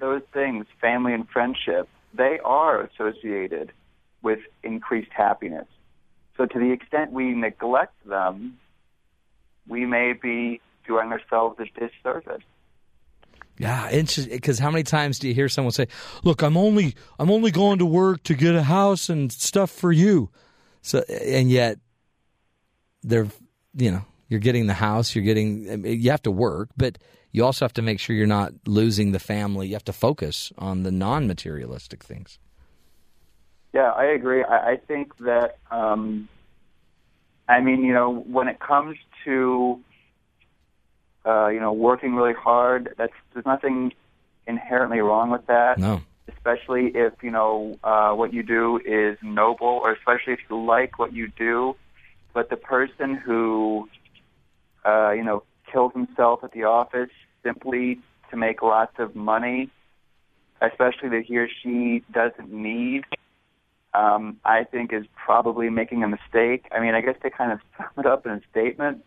S6: those things, family and friendship, they are associated with increased happiness. So to the extent we neglect them, we may be doing ourselves a disservice.
S1: Yeah, because how many times do you hear someone say, "Look, I'm only I'm only going to work to get a house and stuff for you," so and yet they're you know you're getting the house, you're getting I mean, you have to work, but you also have to make sure you're not losing the family. You have to focus on the non-materialistic things.
S6: Yeah, I agree. I, I think that, um, I mean, you know, when it comes to, uh, you know, working really hard, that's there's nothing inherently wrong with that.
S1: No,
S6: Especially if you know uh, what you do is noble, or especially if you like what you do. But the person who, uh, you know, kills himself at the office simply to make lots of money, especially that he or she doesn't need, um, I think is probably making a mistake. I mean, I guess they kind of sum it up in a statement.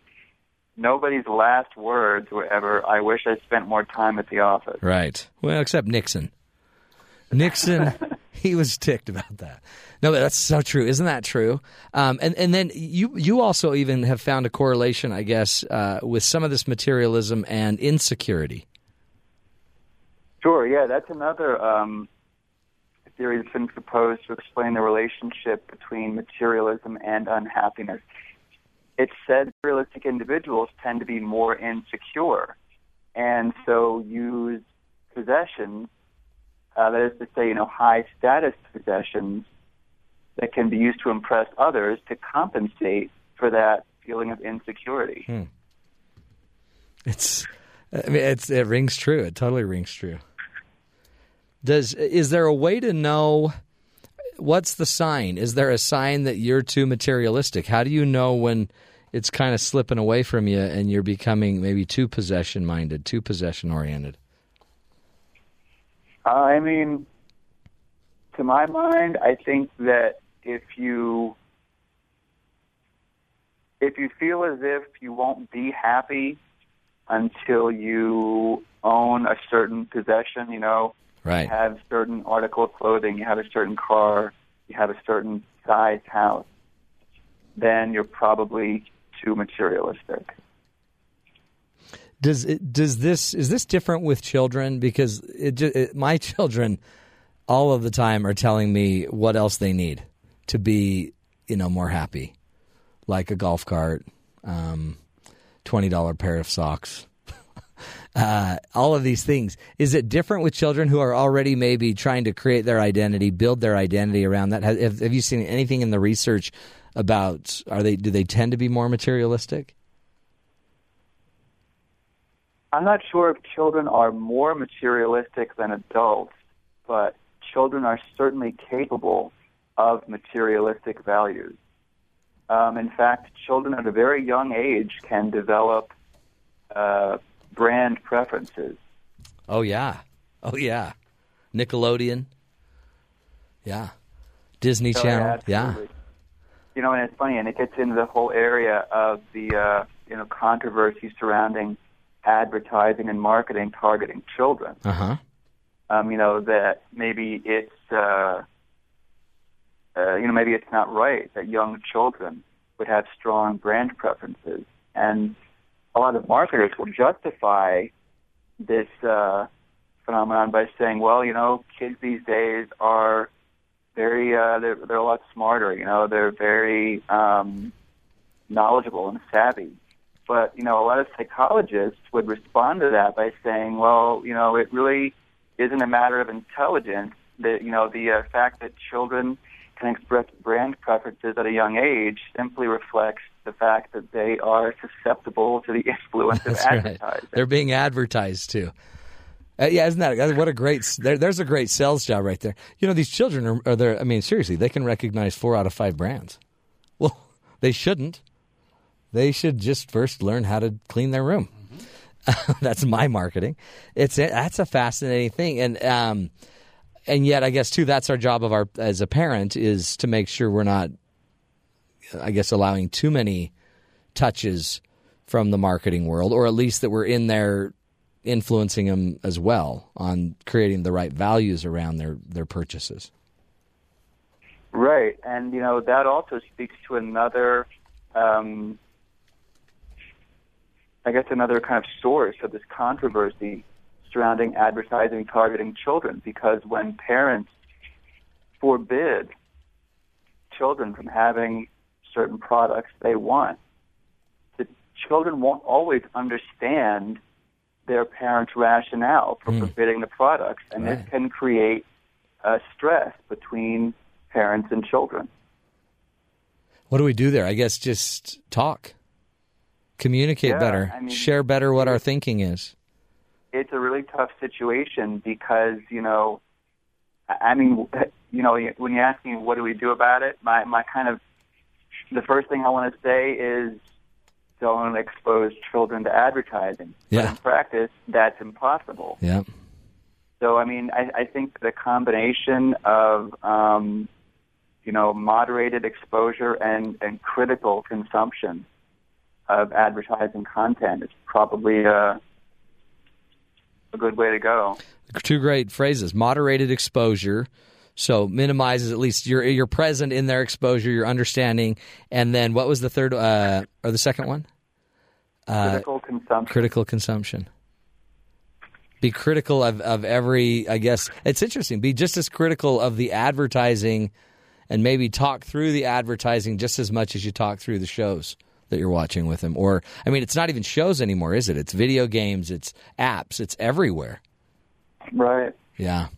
S6: Nobody's last words were ever, I wish I spent more time at the office.
S1: right. Well, except Nixon. Nixon, he was ticked about that. No, but that's so true. Isn't that true? Um, and and then you you also even have found a correlation, I guess, uh, with some of this materialism and insecurity.
S6: Sure, yeah, that's another um, theory that's been proposed to explain the relationship between materialism and unhappiness. It's said realistic individuals tend to be more insecure and so use possessions, uh, that is to say, you know, high status possessions that can be used to impress others to compensate for that feeling of insecurity.
S1: Hmm. It's, I mean, it's it rings true. It totally rings true. Does is there a way to know what's the sign? Is there a sign that you're too materialistic? How do you know when it's kind of slipping away from you and you're becoming maybe too possession minded, too possession oriented?
S6: I mean, to my mind, I think that if you if you feel as if you won't be happy until you own a certain possession, you know,
S1: Right.
S6: you have certain article of clothing, you have a certain car, you have a certain size house, then you're probably too materialistic.
S1: Does it, does this is this different with children? Because it, ju- it, my children, all of the time, are telling me what else they need to be, you know, more happy, like a golf cart, um, twenty dollar pair of socks, uh, all of these things. Is it different with children who are already maybe trying to create their identity, build their identity around that? Have, have you seen anything in the research about are they do they tend to be more materialistic?
S6: I'm not sure if children are more materialistic than adults, but children are certainly capable of materialistic values. Um, in fact, children at a very young age can develop uh, brand preferences.
S1: Oh yeah. Oh yeah. Nickelodeon. Yeah. Disney
S6: So,
S1: Channel. Yeah.
S6: absolutely. You know, and it's funny, and it gets into the whole area of the uh, you know controversy surrounding advertising and marketing targeting children.
S1: Uh huh.
S6: um, you know, that maybe it's, uh, uh, you know, maybe it's not right that young children would have strong brand preferences. And a lot of marketers will justify this uh, phenomenon by saying, well, you know, kids these days are very, uh, they're, they're a lot smarter, you know, they're very um, knowledgeable and savvy. But, you know, a lot of psychologists would respond to that by saying, well, you know, it really isn't a matter of intelligence. The, you know, the uh, fact that children can express brand preferences at a young age simply reflects the fact that they are susceptible to the influence of
S1: That's right.
S6: advertising.
S1: They're being advertised to. Uh, yeah, isn't that what a great there, there's a great sales job right there. You know, these children are, are there. I mean, seriously, they can recognize four out of five brands. Well, they shouldn't. They should just first learn how to clean their room. that's my marketing. It's that's a fascinating thing, and um, and yet I guess too that's our job of our as a parent is to make sure we're not, I guess, allowing too many touches from the marketing world, or at least that we're in there influencing them as well on creating the right values around their their purchases.
S6: Right, and you know that also speaks to another um, I guess another kind of source of this controversy surrounding advertising targeting children because when parents forbid children from having certain products they want, the children won't always understand their parents' rationale for forbidding the products, and
S1: Right.
S6: this can create uh, stress between parents and children.
S1: What do we do there? I guess just talk, communicate
S6: Yeah,
S1: better,
S6: I mean-
S1: share better what our thinking is.
S6: it's a really tough situation because you know, I I mean, you know, when you ask me what do we do about it, my my kind of the first thing I want to say is don't expose children to advertising.
S1: Yeah.
S6: But in practice, that's impossible.
S1: Yeah.
S6: So I mean, I, I think the combination of um, you know moderated exposure and and critical consumption of advertising content is probably a a good way to go.
S1: two great phrases moderated exposure so minimizes at least you're you're present in their exposure your understanding and then what was the third uh, or the second one
S6: Critical consumption.
S1: uh, critical consumption be critical of, of every i guess it's interesting be just as critical of the advertising and maybe talk through the advertising just as much as you talk through the shows that you're watching with them or i mean it's not even shows anymore is it it's video games it's apps it's everywhere
S6: right.
S1: yeah.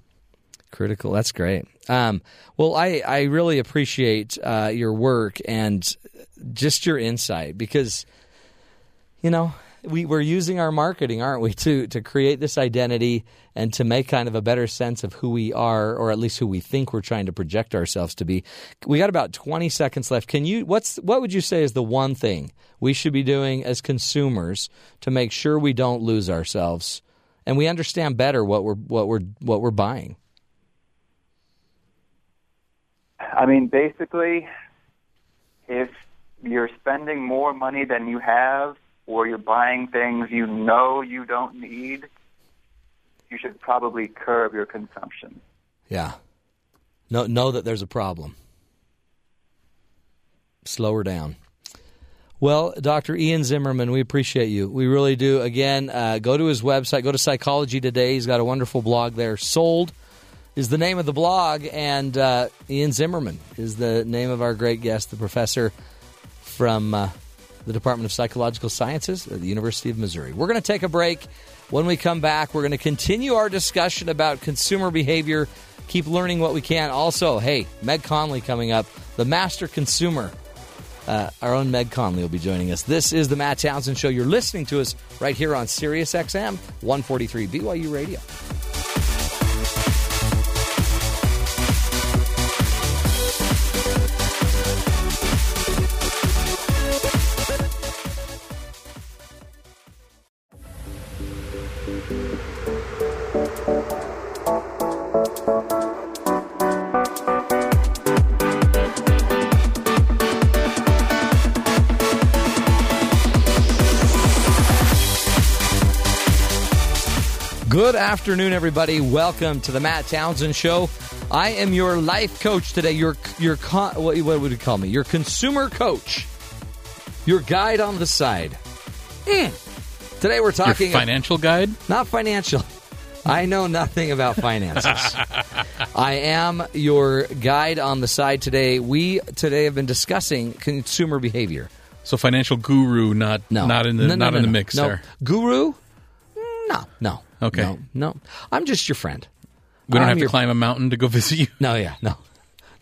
S1: Critical. That's great. Um, well, I, I really appreciate uh, your work and just your insight because, you know, we, we're using our marketing, aren't we, to, to create this identity and to make kind of a better sense of who we are, or at least who we think we're trying to project ourselves to be. We got about 20 seconds left. Can you, what's, what would you say is the one thing we should be doing as consumers to make sure we don't lose ourselves? and we understand better what we're what we're what we're buying.
S6: I mean, basically, if you're spending more money than you have, or you're buying things you know you don't need, you should probably curb your consumption.
S1: Yeah. Know know that there's a problem. Slow her down. Well, Dr. Ian Zimmerman, we appreciate you. We really do. Again, uh, go to his website. Go to Psychology Today. He's got a wonderful blog there. Sold is the name of the blog, and uh, Ian Zimmerman is the name of our great guest, the professor from uh, the Department of Psychological Sciences at the University of Missouri. We're going to take a break. When we come back, we're going to continue our discussion about consumer behavior. Keep learning what we can. Also, hey, Meg Conley coming up, the master consumer. Uh, our own Meg Conley will be joining us. This is the Matt Townsend Show. You're listening to us right here on Sirius XM 143 BYU Radio. Good afternoon, everybody. Welcome to the Matt Townsend Show. I am your life coach today. Your your con- what, what would you call me? Your consumer coach. Your guide on the side. Mm. Today we're
S2: Your
S1: talking
S2: financial guide?
S1: not financial. I know nothing about finances. I am your guide on the side today. We today have been discussing consumer behavior.
S2: So financial guru, not
S1: No,
S2: not in the
S1: No, no,
S2: not
S1: no,
S2: in the
S1: no.
S2: mix
S1: No.
S2: there.
S1: Guru? No, no.
S2: Okay.
S1: no, no. I'm just your friend.
S2: We don't
S1: I'm
S2: have to
S1: your-
S2: climb a mountain to go visit you.
S1: No, yeah, no,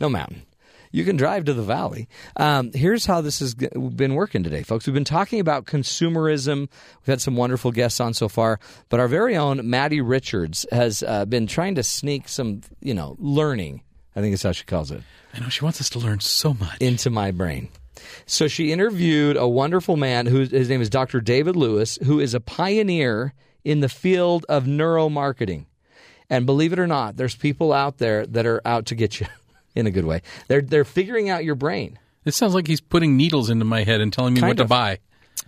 S1: no mountain. You can drive to the valley. Um, here's how this has g- been working today, folks. We've been talking about consumerism. We've had some wonderful guests on so far, but our very own Maddie Richards has uh, been trying to sneak some, you know, learning. I think that's how she calls it
S2: I know she wants us to learn so much.
S1: into my brain. So she interviewed a wonderful man who his name is Dr. David Lewis, who is a pioneer in the field of neuromarketing. And believe it or not, there's people out there that are out to get you in a good way. They're they're figuring out your brain.
S2: It sounds like he's putting needles into my head and telling me
S1: Kind
S2: what to
S1: of.
S2: buy.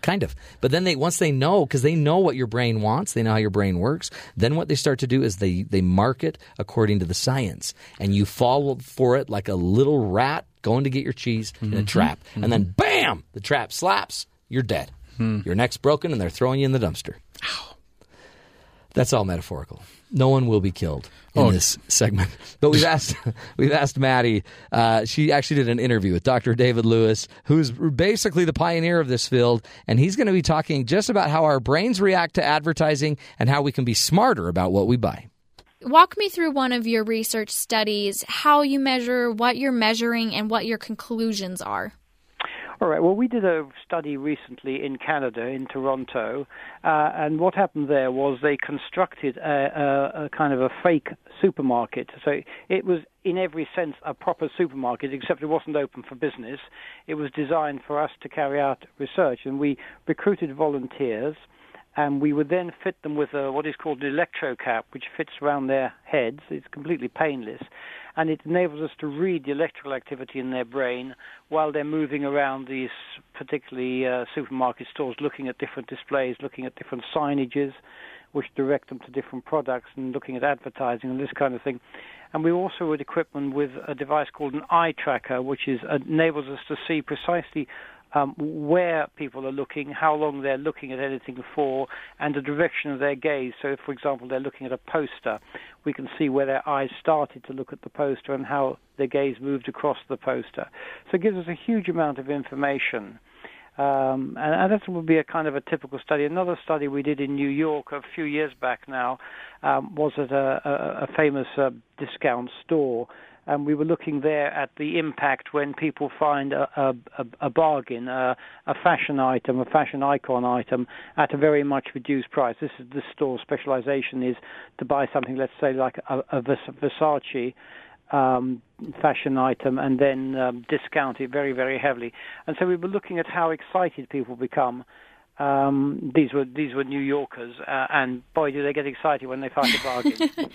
S1: Kind of. But then they once they know because they know what your brain wants, they know how your brain works, then what they start to do is they they market according to the science and you fall for it like a little rat going to get your cheese in a trap. And then bam, the trap slaps, you're dead. Your neck's broken and they're throwing you in the dumpster. That's all metaphorical. No one will be killed in
S2: Oh.
S1: this segment. But we've asked we've asked Maddie. Uh, she actually did an interview with Dr. David Lewis, who's basically the pioneer of this field, and he's going to be talking just about how our brains react to advertising and how we can be smarter about what we buy.
S8: Walk me through one of your research studies, how you measure, what you're measuring, and what your conclusions are.
S9: All right. Well, we did a study recently in Canada, in Toronto, uh, and what happened there was they constructed a, a, a kind of a fake supermarket. So it was, in every sense, a proper supermarket, except it wasn't open for business. It was designed for us to carry out research, and we recruited volunteers. And we would then fit them with a, what is called an electro cap, which fits around their heads. It's completely painless. And it enables us to read the electrical activity in their brain while they're moving around these particularly uh, supermarket stores, looking at different displays, looking at different signages, which direct them to different products, and looking at advertising and this kind of thing. And we also would equip them with a device called an eye tracker, which is, uh, enables us to see precisely um, where people are looking, how long they're looking at anything for, and the direction of their gaze. So, if, for example, they're looking at a poster, we can see where their eyes started to look at the poster and how their gaze moved across the poster. So, it gives us a huge amount of information. Um, and, and that would be a kind of a typical study. Another study we did in New York a few years back now um, was at a, a, a famous uh, discount store, and we were looking there at the impact when people find a, a, a- a bargain, a, a fashion item, a fashion icon item, at a very much reduced price. This is the store's specialization is to buy something, let's say, like a, a Vers- Versace um, fashion item and then um, discount it very, very heavily. And so we were looking at how excited people become. Um, these were these were New Yorkers, uh, and boy, do they get excited when they find a bargain.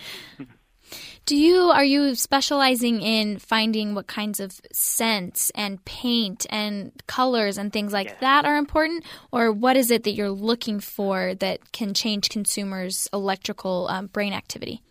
S8: Do you are you specializing in finding what kinds of scents and paint and colors and things like that are important, or what is it that you're looking for that can change consumers' electrical um, brain activity?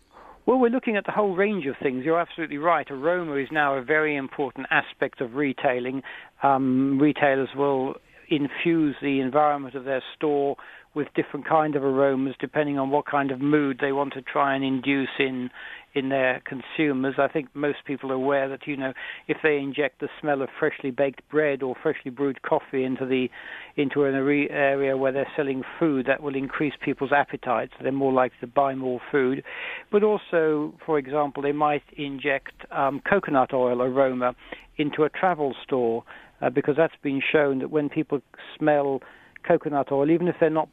S9: Well, we're looking at the whole range of things. You're absolutely right. Aroma is now a very important aspect of retailing. Um, retailers will infuse the environment of their store with different kind of aromas depending on what kind of mood they want to try and induce in in their consumers. I think most people are aware that you know if they inject the smell of freshly baked bread or freshly brewed coffee into the into an are- area where they're selling food, that will increase people's appetites. They're more likely to buy more food. But also, for example, they might inject um, coconut oil aroma into a travel store uh, because that's been shown that when people smell coconut oil, even if they're not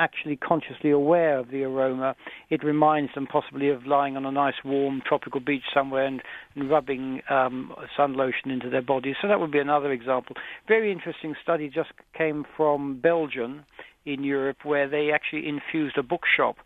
S9: actually consciously aware of the aroma, it reminds them possibly of lying on a nice warm tropical beach somewhere and, and rubbing um, sun lotion into their bodies. So that would be another example. Very interesting study just came from Belgium in Europe where they actually infused a bookshop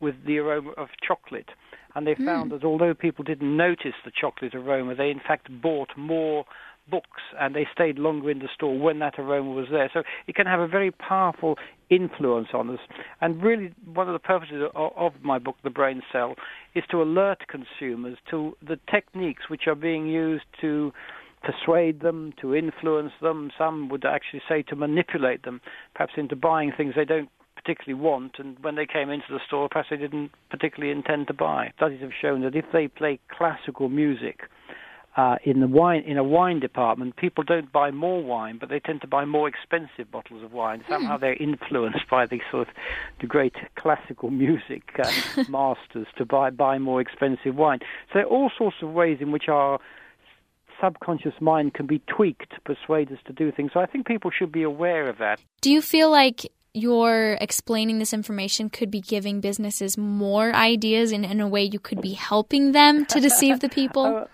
S9: with the aroma of chocolate. And they found that although people didn't notice the chocolate aroma, they in fact bought more books and they stayed longer in the store when that aroma was there. So it can have a very powerful influence on us. And really, one of the purposes of, of my book, The Brain Cell, is to alert consumers to the techniques which are being used to persuade them, to influence them, some would actually say to manipulate them, perhaps into buying things they don't particularly want, and when they came into the store, perhaps they didn't particularly intend to buy. Studies have shown that if they play classical music, uh, in the wine in a wine department, people don't buy more wine, but they tend to buy more expensive bottles of wine. Somehow they're influenced by the sort of the great classical music uh, masters to buy buy more expensive wine. So there are all sorts of ways in which our subconscious mind can be tweaked to persuade us to do things. So I think people should be aware of that.
S8: Do you feel like your explaining this information could be giving businesses more ideas and in a way you could be helping them to deceive the people?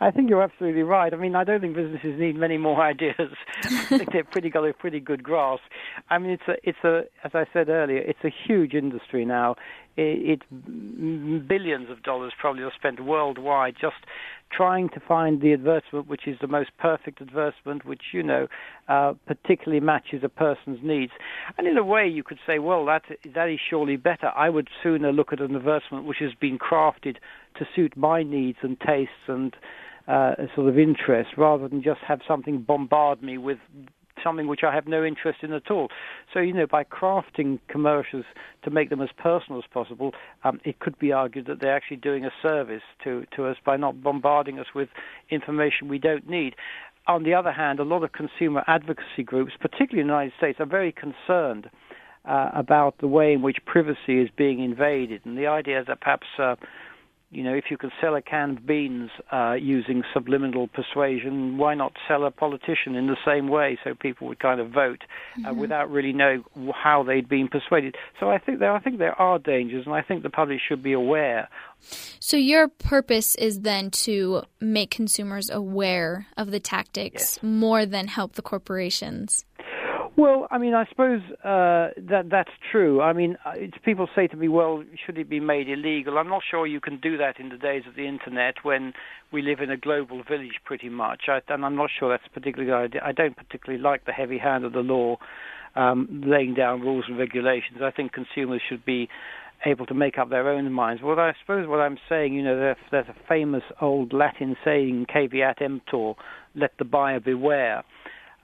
S9: I think you're absolutely right. I mean, I don't think businesses need many more ideas. I think they've pretty got a pretty good grasp. I mean, it's a, it's a, as I said earlier, it's a huge industry now. It, it m- billions of dollars probably are spent worldwide just trying to find the advertisement which is the most perfect advertisement, which you know uh, particularly matches a person's needs. And in a way, you could say, well, that that is surely better. I would sooner look at an advertisement which has been crafted to suit my needs and tastes and uh, sort of interests, rather than just have something bombard me with something which I have no interest in at all. So, you know, by crafting commercials to make them as personal as possible, um, it could be argued that they're actually doing a service to, to us by not bombarding us with information we don't need. On the other hand, a lot of consumer advocacy groups, particularly in the United States, are very concerned uh, about the way in which privacy is being invaded, and the idea that perhaps, uh, you know, if you can sell a can of beans uh, using subliminal persuasion, why not sell a politician in the same way? So people would kind of vote uh,
S8: Mm-hmm.
S9: without really knowing wh- how they'd been persuaded. So I think there, I think there are dangers, and I think the public should be aware
S8: So your purpose is then to make consumers aware of the tactics more than help the corporations.
S9: Well, I mean, I suppose uh, that that's true. I mean, uh, it's, people say to me, "Well, should it be made illegal?" I'm not sure you can do that in the days of the internet, when we live in a global village, pretty much. I, and I'm not sure that's particularly. good idea. I don't particularly like the heavy hand of the law um, laying down rules and regulations. I think consumers should be able to make up their own minds. Well, I suppose what I'm saying, you know, there's, there's a famous old Latin saying, "Caveat emptor," let the buyer beware.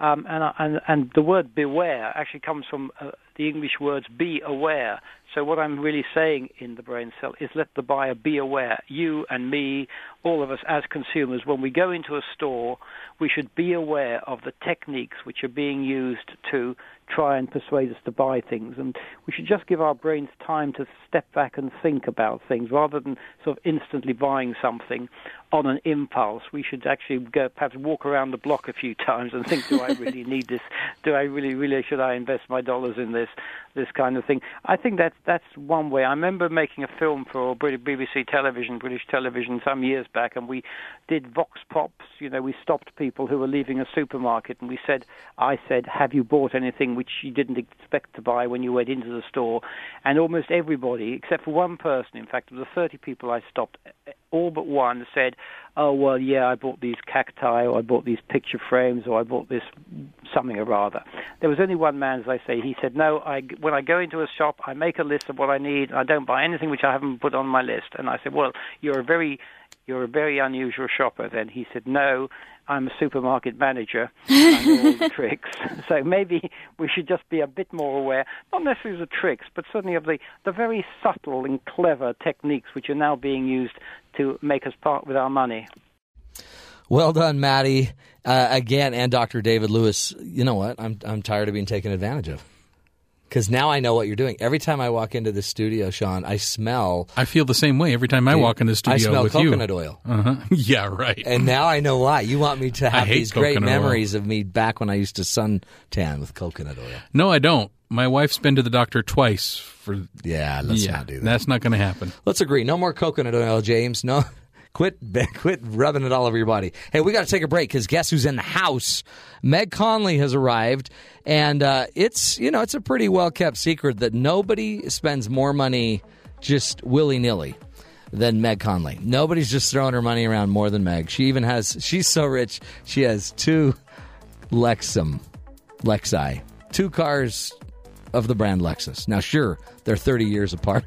S9: Um, and, I- and, and the word beware actually comes from uh, the English words be aware. So, what I'm really saying in the brain cell is let the buyer be aware. You and me, all of us as consumers, when we go into a store, we should be aware of the techniques which are being used to try and persuade us to buy things. And we should just give our brains time to step back and think about things rather than sort of instantly buying something on an impulse. We should actually go, perhaps walk around the block a few times and think, do I really need this? Do I really, really, should I invest my dollars in this? This kind of thing. I think that's, that's one way. I remember making a film for Brit- BBC television, British television, some years back, and we did vox pops. You know, we stopped people who were leaving a supermarket and we said, I said, have you bought anything which you didn't expect to buy when you went into the store? And almost everybody, except for one person, in fact, of the 30 people I stopped, all but one said, oh, well, yeah, I bought these cacti or I bought these picture frames or I bought this something or other. There was only one man, as I say, he said, no, I, when I go into a shop, I make a list of what I need. I don't buy anything which I haven't put on my list. And I said, well, you're a very you're a very unusual shopper. Then he said, No, I'm a supermarket manager. I know all the tricks. So maybe we should just be a bit more aware, not necessarily of the tricks, but certainly of the, the very subtle and clever techniques which are now being used to make us part with our money.
S1: Well done, Maddie. Uh, again, and Dr. David Lewis. You know what? I'm I'm tired of being taken advantage of. Because now I know what you're doing. Every time I walk into the studio, Sean, I smell.
S2: I feel the same way every time I walk in the studio
S1: I smell
S2: with
S1: coconut
S2: you.
S1: oil.
S2: Uh-huh. Yeah, right.
S1: And now I know why. You want me to have
S2: hate
S1: these great
S2: coconut oil.
S1: memories of me back when I used to suntan with coconut oil.
S2: no, I don't. My wife's been to the doctor twice for.
S1: Yeah, let's
S2: yeah,
S1: not do that.
S2: that's not going to happen.
S1: Let's agree. No more coconut oil, James. No. Quit, quit rubbing it all over your body. Hey, we got to take a break because guess who's in the house? Meg Conley has arrived, and uh, it's you know it's a pretty well kept secret that nobody spends more money just willy nilly than Meg Conley. Nobody's just throwing her money around more than Meg. She even has she's so rich she has two Lexum, Lexi, two cars of the brand Lexus. Now, sure, they're thirty years apart.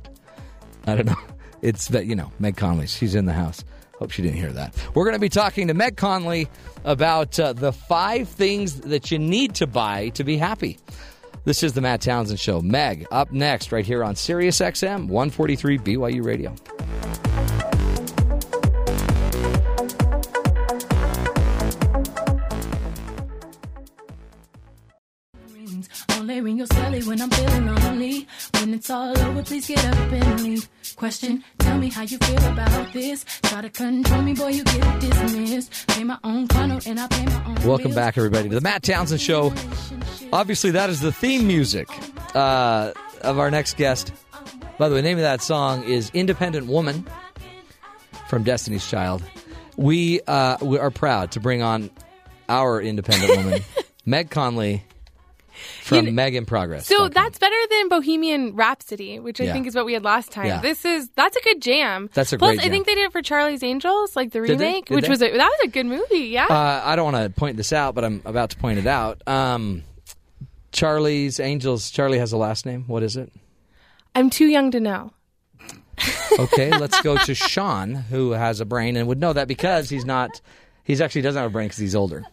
S1: I don't know. It's that, you know, Meg Conley. She's in the house. Hope she didn't hear that. We're going to be talking to Meg Conley about uh, the five things that you need to buy to be happy. This is the Matt Townsend Show. Meg, up next, right here on Sirius XM 143 BYU Radio.
S10: rings. Only ring your celly when I'm feeling lonely. When it's all over, please get up and leave. Question, tell me how you feel about this. Try to control me, boy, you get dismissed. Pay my own condo and I pay my own.
S1: Welcome
S10: bills.
S1: back, everybody, to the Matt Townsend Show. Obviously, that is the theme music uh, of our next guest. By the way, the name of that song is Independent Woman from Destiny's Child. We, uh, we are proud to bring on our independent woman, Meg Conley from Meg in Progress.
S11: So that's better than Bohemian Rhapsody, which I
S1: Yeah.
S11: think is what we had last time.
S1: Yeah.
S11: This is that's a good jam.
S1: That's a
S11: Plus,
S1: great
S11: I think they did it for Charlie's Angels, like the
S1: Did they?
S11: remake,
S1: Did
S11: which
S1: they?
S11: was a, that was a good movie. Yeah,
S1: uh, I don't want to point this out, but I'm about to point it out. Um, Charlie's Angels. Charlie has a last name. What is it?
S11: I'm too young to know.
S1: Okay, let's go to Sean, who has a brain and would know that because he's not. He's actually doesn't have a brain because he's older.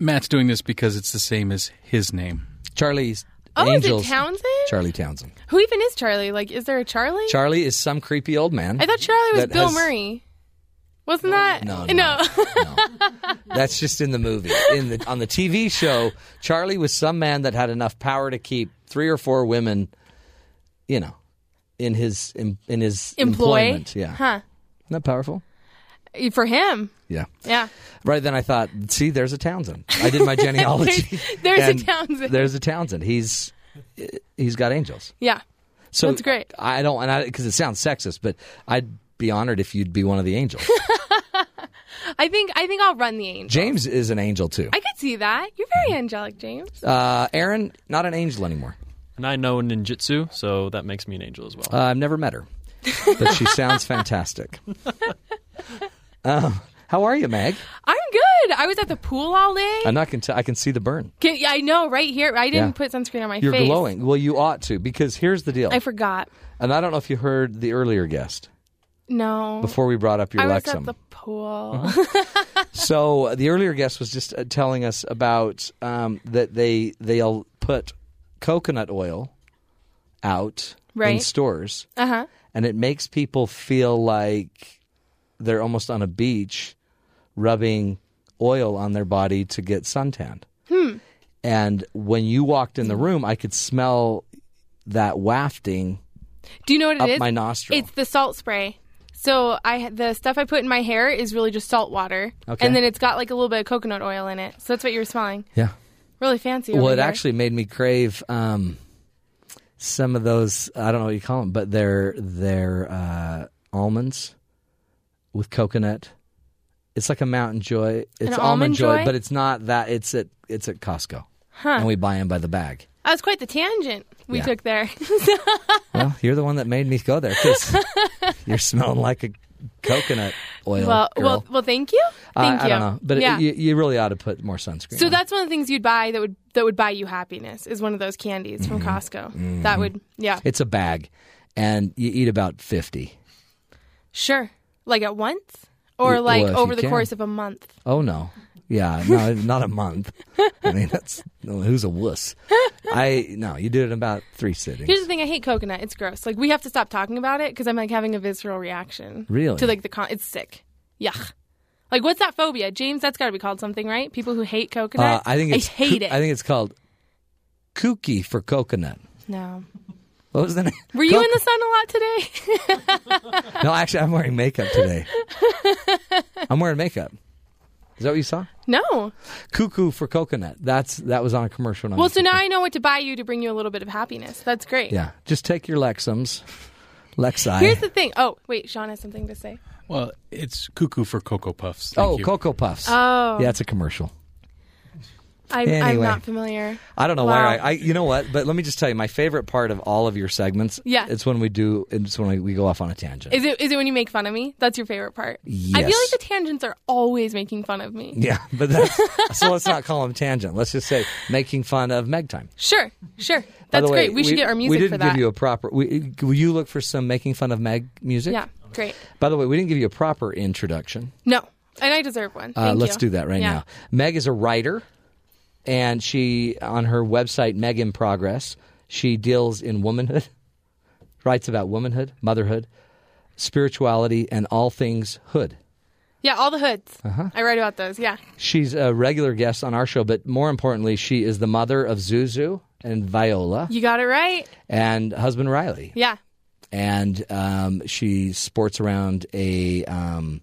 S2: Matt's doing this because it's the same as his name.
S1: Charlie's
S11: Oh, is it
S1: Angels.
S11: Townsend?
S1: Charlie Townsend.
S11: Who even is Charlie? Like, is there a Charlie?
S1: Charlie is some creepy old man.
S11: I thought Charlie was
S1: that
S11: Bill
S1: has-
S11: Murray. Wasn't that?
S1: no,
S11: no.
S1: That's just in the movie. In the on the TV show, Charlie was some man that had enough power to keep three or four women, you know, in his in, in his
S11: Employ.
S1: employment. Yeah,
S11: Huh.
S1: isn't that powerful?
S11: For him.
S1: Yeah.
S11: Yeah.
S1: Right then, I thought, see, there's a Townsend. I did my genealogy.
S11: There's- there's a
S1: And
S11: Townsend.
S1: There's a Townsend. He's he's got angels.
S11: Yeah.
S1: So
S11: That's great.
S1: I don't, and I because it sounds sexist, but I'd be honored if you'd be one of the angels.
S11: I think I think I'll run the angel.
S1: James is an angel too.
S11: I could see that. You're very angelic, James.
S1: Uh, Aaron, not an angel anymore.
S3: And I know ninjutsu, so that makes me an angel as well.
S1: Uh, I've never met her, but she sounds fantastic. Um, how are you, Meg?
S11: I'm good. I was at the pool all day.
S1: I'm not gonna. T- I can see the burn.
S11: Can, yeah, I know, right here. I didn't
S1: Yeah.
S11: put sunscreen on my
S1: You're
S11: face.
S1: glowing. Well, you ought to because here's the deal.
S11: I forgot.
S1: and I don't know if you heard the earlier guest
S11: No.
S1: before we brought up your Uh-huh.
S11: I was
S1: Lexum.
S11: at the pool.
S1: so uh, the earlier guest was just uh, telling us about um, that they they'll put coconut oil out in
S11: Right.
S1: stores,
S11: Uh huh.
S1: and it makes people feel like they're almost on a beach, rubbing oil on their body to get suntanned.
S11: Hmm.
S1: And when you walked in the room, I could smell that wafting.
S11: Do you know what it is?
S1: Up my nostril.
S11: It's the salt spray. So I the stuff I put in my hair is really just salt water,
S1: Okay.
S11: and then it's got like a little bit of coconut oil in it. So that's what you were smelling.
S1: Yeah.
S11: Really fancy.
S1: Well,
S11: over
S1: it
S11: here.
S1: actually made me crave um, some of those. I don't know what you call them, but they're they're uh, almonds with coconut. It's like a Mountain Joy. It's
S11: An Almond Joy?
S1: but it's not that. It's at it's at Costco,
S11: Huh.
S1: and we buy them by the bag.
S11: That was quite the tangent we
S1: Yeah.
S11: took there.
S1: Well, you're the one that made me go there because you're smelling like a coconut oil.
S11: well,
S1: girl. Uh,
S11: well, well. Thank you. Thank
S1: I,
S11: you.
S1: I don't know, but it-
S11: yeah.
S1: you, you really ought to put more sunscreen.
S11: so
S1: on.
S11: that's one of the things you'd buy that would that would buy you happiness is one of those candies from
S1: Mm-hmm.
S11: Costco. That would yeah
S1: it's a bag, and you eat about fifty.
S11: sure like at once or
S1: Well,
S11: like
S1: if you
S11: over the
S1: can.
S11: course of a month.
S1: Oh no, yeah, no, not a month. I mean, that's no, who's a wuss. I no, you do it in about three sittings.
S11: Here's the thing: I hate coconut. It's gross. Like we have to stop talking about it because I'm like having a visceral reaction.
S1: Really?
S11: To like the con, it's sick. Yuck. Like what's that phobia, James? That's got to be called something, right? People who hate
S1: Uh,
S11: coconut.
S1: I think it's
S11: I hate
S1: coo-
S11: it.
S1: I think it's called kooky for coconut.
S11: no.
S1: What was the name?
S11: Were you in the sun a lot today?
S1: No, actually, I'm wearing makeup today. I'm wearing makeup. Is that what you saw?
S11: no.
S1: Cuckoo for coconut. That's that was on a commercial. when I
S11: Well,
S1: was
S11: so now I know what to buy you to bring you a little bit of happiness. That's great.
S1: Yeah, just take your Lexums, Lexi.
S11: Here's the thing. Oh, wait, Sean has something to say.
S2: Well, it's cuckoo for Cocoa Puffs. Thank
S1: oh,
S2: you.
S1: Cocoa Puffs.
S11: Oh.
S1: yeah, it's a commercial.
S11: I'm, I'm
S1: Anyway.
S11: not familiar.
S1: I don't know
S11: Wow.
S1: why I, I. You know what? But let me just tell you, my favorite part of all of your segments.
S11: Yeah.
S1: it's when we do. It's when we, we go off on a tangent.
S11: Is it is it when you make fun of me? That's your favorite part. I feel
S1: Yes.
S11: like the tangents are always making fun of me.
S1: yeah, but that's, so let's not call them tangent. Let's just say making fun of Meg time.
S11: Sure, sure.
S1: By the
S11: That's
S1: way,
S11: great. We, should get our music
S1: We didn't
S11: for that.
S1: give you a proper. We, will you look for some making fun of Meg music?
S11: Yeah, great.
S1: By the way, we didn't give you a proper introduction.
S11: No, and I deserve one.
S1: Uh,
S11: Thank
S1: let's
S11: you.
S1: do that right
S11: Yeah.
S1: now. Meg is a writer, and she on her website Meg in Progress. She deals in womanhood, writes about womanhood, motherhood, spirituality, and all things hood.
S11: Yeah, all the hoods.
S1: Uh-huh.
S11: I write about those. Yeah.
S1: She's a regular guest on our show, but more importantly, she is the mother of Zuzu and Viola
S11: You got it right.
S1: and husband Riley.
S11: Yeah.
S1: And um, she sports around a um,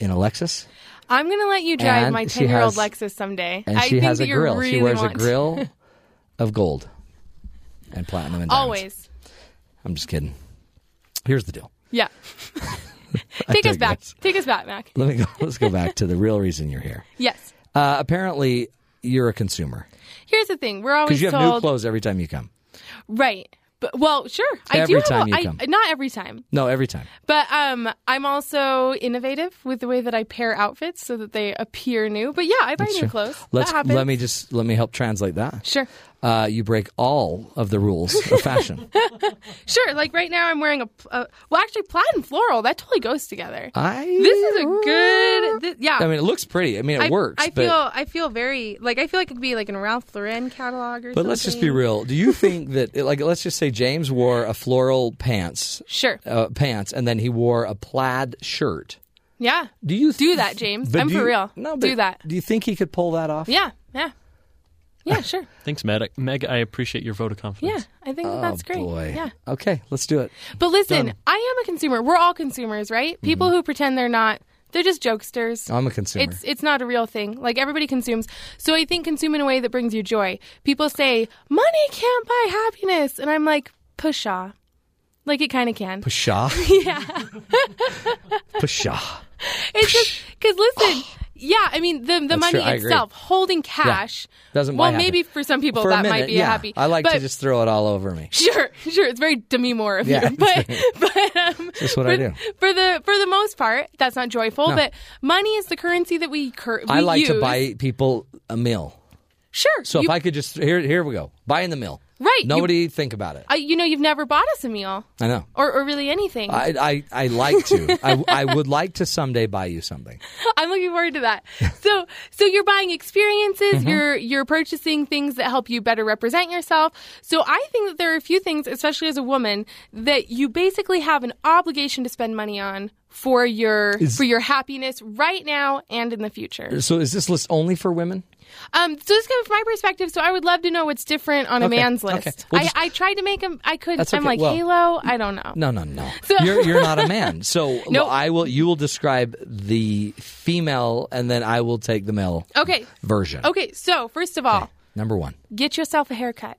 S1: in a Lexus.
S11: I'm going to let you drive
S1: And
S11: my
S1: she
S11: 10 year old
S1: has-
S11: Lexus someday.
S1: and
S11: I
S1: she
S11: think
S1: has
S11: that
S1: a
S11: you're
S1: grill.
S11: Really
S1: she wears
S11: want.
S1: a grill of gold and platinum and diamonds.
S11: Always.
S1: I'm just kidding. Here's the deal.
S11: Yeah.
S1: I
S11: Take us back.
S1: digress.
S11: Take us back, Mac.
S1: Let me go. Let's go back to the real reason you're here.
S11: Yes.
S1: Uh, apparently, you're a consumer
S11: Here's the thing. We're always
S1: because you have
S11: told.
S1: new clothes every time you come.
S11: Right. But, well, sure. I
S1: Every
S11: do have
S1: time
S11: a,
S1: you
S11: I-
S1: come.
S11: Not every time.
S1: No, every time.
S11: But um, I'm also innovative with the way that I pair outfits so that they appear new. But yeah, I buy
S1: That's
S11: new
S1: true.
S11: clothes.
S1: Let's
S11: that happens.
S1: let me just let me help translate that.
S11: Sure.
S1: Uh, you break all of the rules of fashion.
S11: Sure. Like right now, I'm wearing a, pl- a well, actually, plaid and floral. That totally goes together.
S1: I.
S11: This is a good. This, yeah.
S1: I mean, it looks pretty. I mean, it
S11: I-
S1: works.
S11: I
S1: but,
S11: feel. I feel very like I feel like it could be like in a Ralph Lauren catalog or something.
S1: But let's just be real. Do you think that, like, let's just say James wore a floral pants,
S11: Sure.
S1: uh, pants, and then he wore a plaid shirt?
S11: Yeah.
S1: Do you
S11: do that, James?
S1: But
S11: I'm
S1: do
S11: for
S1: you-
S11: real.
S1: No, but
S11: do that.
S1: Do you think he could pull that off?
S11: Yeah. Yeah. Yeah. Sure.
S3: Thanks, Meg. Meg, I appreciate your vote of confidence.
S11: Yeah. I think that
S1: Oh,
S11: that's great.
S1: boy.
S11: Yeah.
S1: Okay, let's do it.
S11: But
S1: Done.
S11: listen,
S1: Mm-hmm.
S11: I am a consumer. We're all consumers, right? People who pretend they're not, they're just jokesters.
S1: I'm a consumer.
S11: It's it's not a real thing. Like everybody consumes. So I think consume in a way that brings you joy. People say, "Money can't buy happiness." And I'm like, "Pshaw." Like it kind of can.
S1: Pshaw.
S11: yeah.
S1: Pshaw.
S11: It's just cuz listen, yeah, I mean the the
S1: Oh. That's
S11: money
S1: true. I agree.
S11: itself, holding cash.
S1: Doesn't buy
S11: Well,
S1: happy.
S11: maybe for some people
S1: For a
S11: that
S1: minute,
S11: might be
S1: yeah.
S11: a happy.
S1: I like to
S11: but-
S1: just throw it all over me.
S11: Sure, sure. It's very Demi Moore of
S1: Yeah.
S11: you, but but um,
S1: That's what
S11: for,
S1: I do.
S11: for the for the most part, that's not joyful.
S1: No.
S11: But money is the currency that we, cur-
S1: I
S11: we
S1: like to
S11: use.
S1: buy people a meal.
S11: Sure.
S1: So
S11: you,
S1: if I could just here, here we go. Buy in the meal.
S11: Right, you-
S1: Nobody think about it.
S11: I, you know, you've never bought us a meal
S1: I know.
S11: or, or really anything. I,
S1: I, I, I like to. I, I would like to someday buy you something.
S11: am looking forward to that. So so you're buying experiences.
S1: Mm-hmm.
S11: You're you're purchasing things that help you better represent yourself. So I think that there are a few things, especially as a woman, that you basically have an obligation to spend money on. For your
S1: Is-
S11: for your happiness right now and in the future.
S1: So is this list only for women?
S11: Um, so this comes from my perspective. So I would love to know what's different on a
S1: Okay,
S11: man's
S1: okay.
S11: list.
S1: Well, just-
S11: I, I tried to make him. I couldn't.
S1: That's okay,
S11: I'm like
S1: well-
S11: Halo. I don't know.
S1: No, no, no.
S11: So-
S1: you're you're not a man. So
S11: No.
S1: I will. You will describe the female, and then I will take the male
S11: Okay.
S1: version.
S11: Okay. So first of all,
S1: Number one.
S11: get yourself a haircut.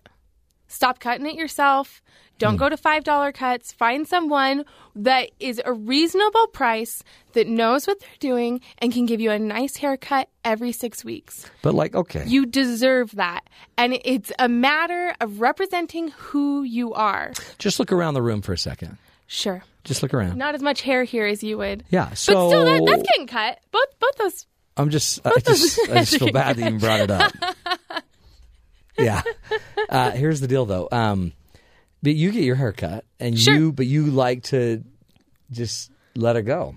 S11: Stop cutting it yourself.
S1: Hmm.
S11: Don't go to five dollar cuts. Find someone that is a reasonable price that knows what they're doing and can give you a nice haircut every six weeks.
S1: But like, okay.
S11: You deserve that, and it's a matter of representing who you are.
S1: just look around the room for a second.
S11: Sure.
S1: Just look around.
S11: Not as much hair here as you would.
S1: Yeah. So
S11: but still, that, that's getting cut. Both both those.
S1: I'm just. uh, I just, I just feel bad that you even brought it up. yeah. Uh, here's the deal, though. Um, but you get your hair cut, and
S11: Sure.
S1: you, but you like to just let it go.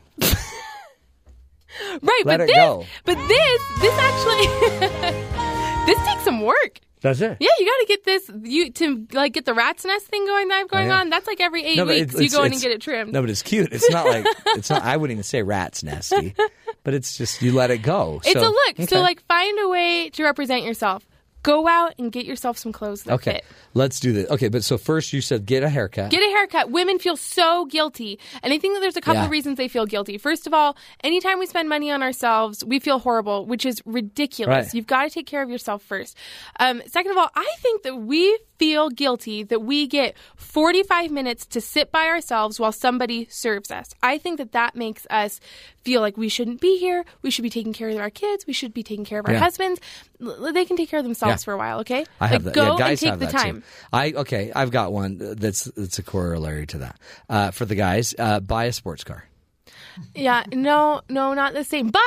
S11: Right,
S1: Let
S11: but
S1: it
S11: this,
S1: go.
S11: but this, this actually, this takes some work.
S1: That's it.
S11: Yeah, you got to get this you to like get the rat's nest thing going that I've going
S1: yeah.
S11: on. That's like every eight
S1: No, but
S11: weeks
S1: it's-
S11: you go in
S1: it's-
S11: and get it trimmed.
S1: No, but it's cute. It's not like it's not. I wouldn't even say rat's nasty, but it's just you let it go.
S11: it's
S1: So-
S11: a look.
S1: okay.
S11: So like, find a way to represent yourself. Go out and get yourself some clothes that
S1: Okay,
S11: fit.
S1: let's do this. Okay, but so first you said get a haircut.
S11: Get a haircut. Women feel so guilty. And I think that there's a couple
S1: Yeah.
S11: of reasons they feel guilty. First of all, anytime we spend money on ourselves, we feel horrible, which is ridiculous.
S1: Right.
S11: You've got to take care of yourself first. Um, second of all, I think that we feel guilty that we get 45 minutes to sit by ourselves while somebody serves us. I think that that makes us feel like we shouldn't be here. We should be taking care of our kids. We should be taking care of our
S1: Yeah.
S11: husbands. L- they can take care of themselves
S1: Yeah.
S11: for a while, okay?
S1: I have
S11: like,
S1: that.
S11: Go
S1: yeah, guys
S11: and take
S1: have
S11: the
S1: that
S11: time.
S1: Too. I okay. I've got one that's that's a corollary to that. Uh, for the guys, uh, buy a sports car.
S11: Yeah, no, no, not the same. But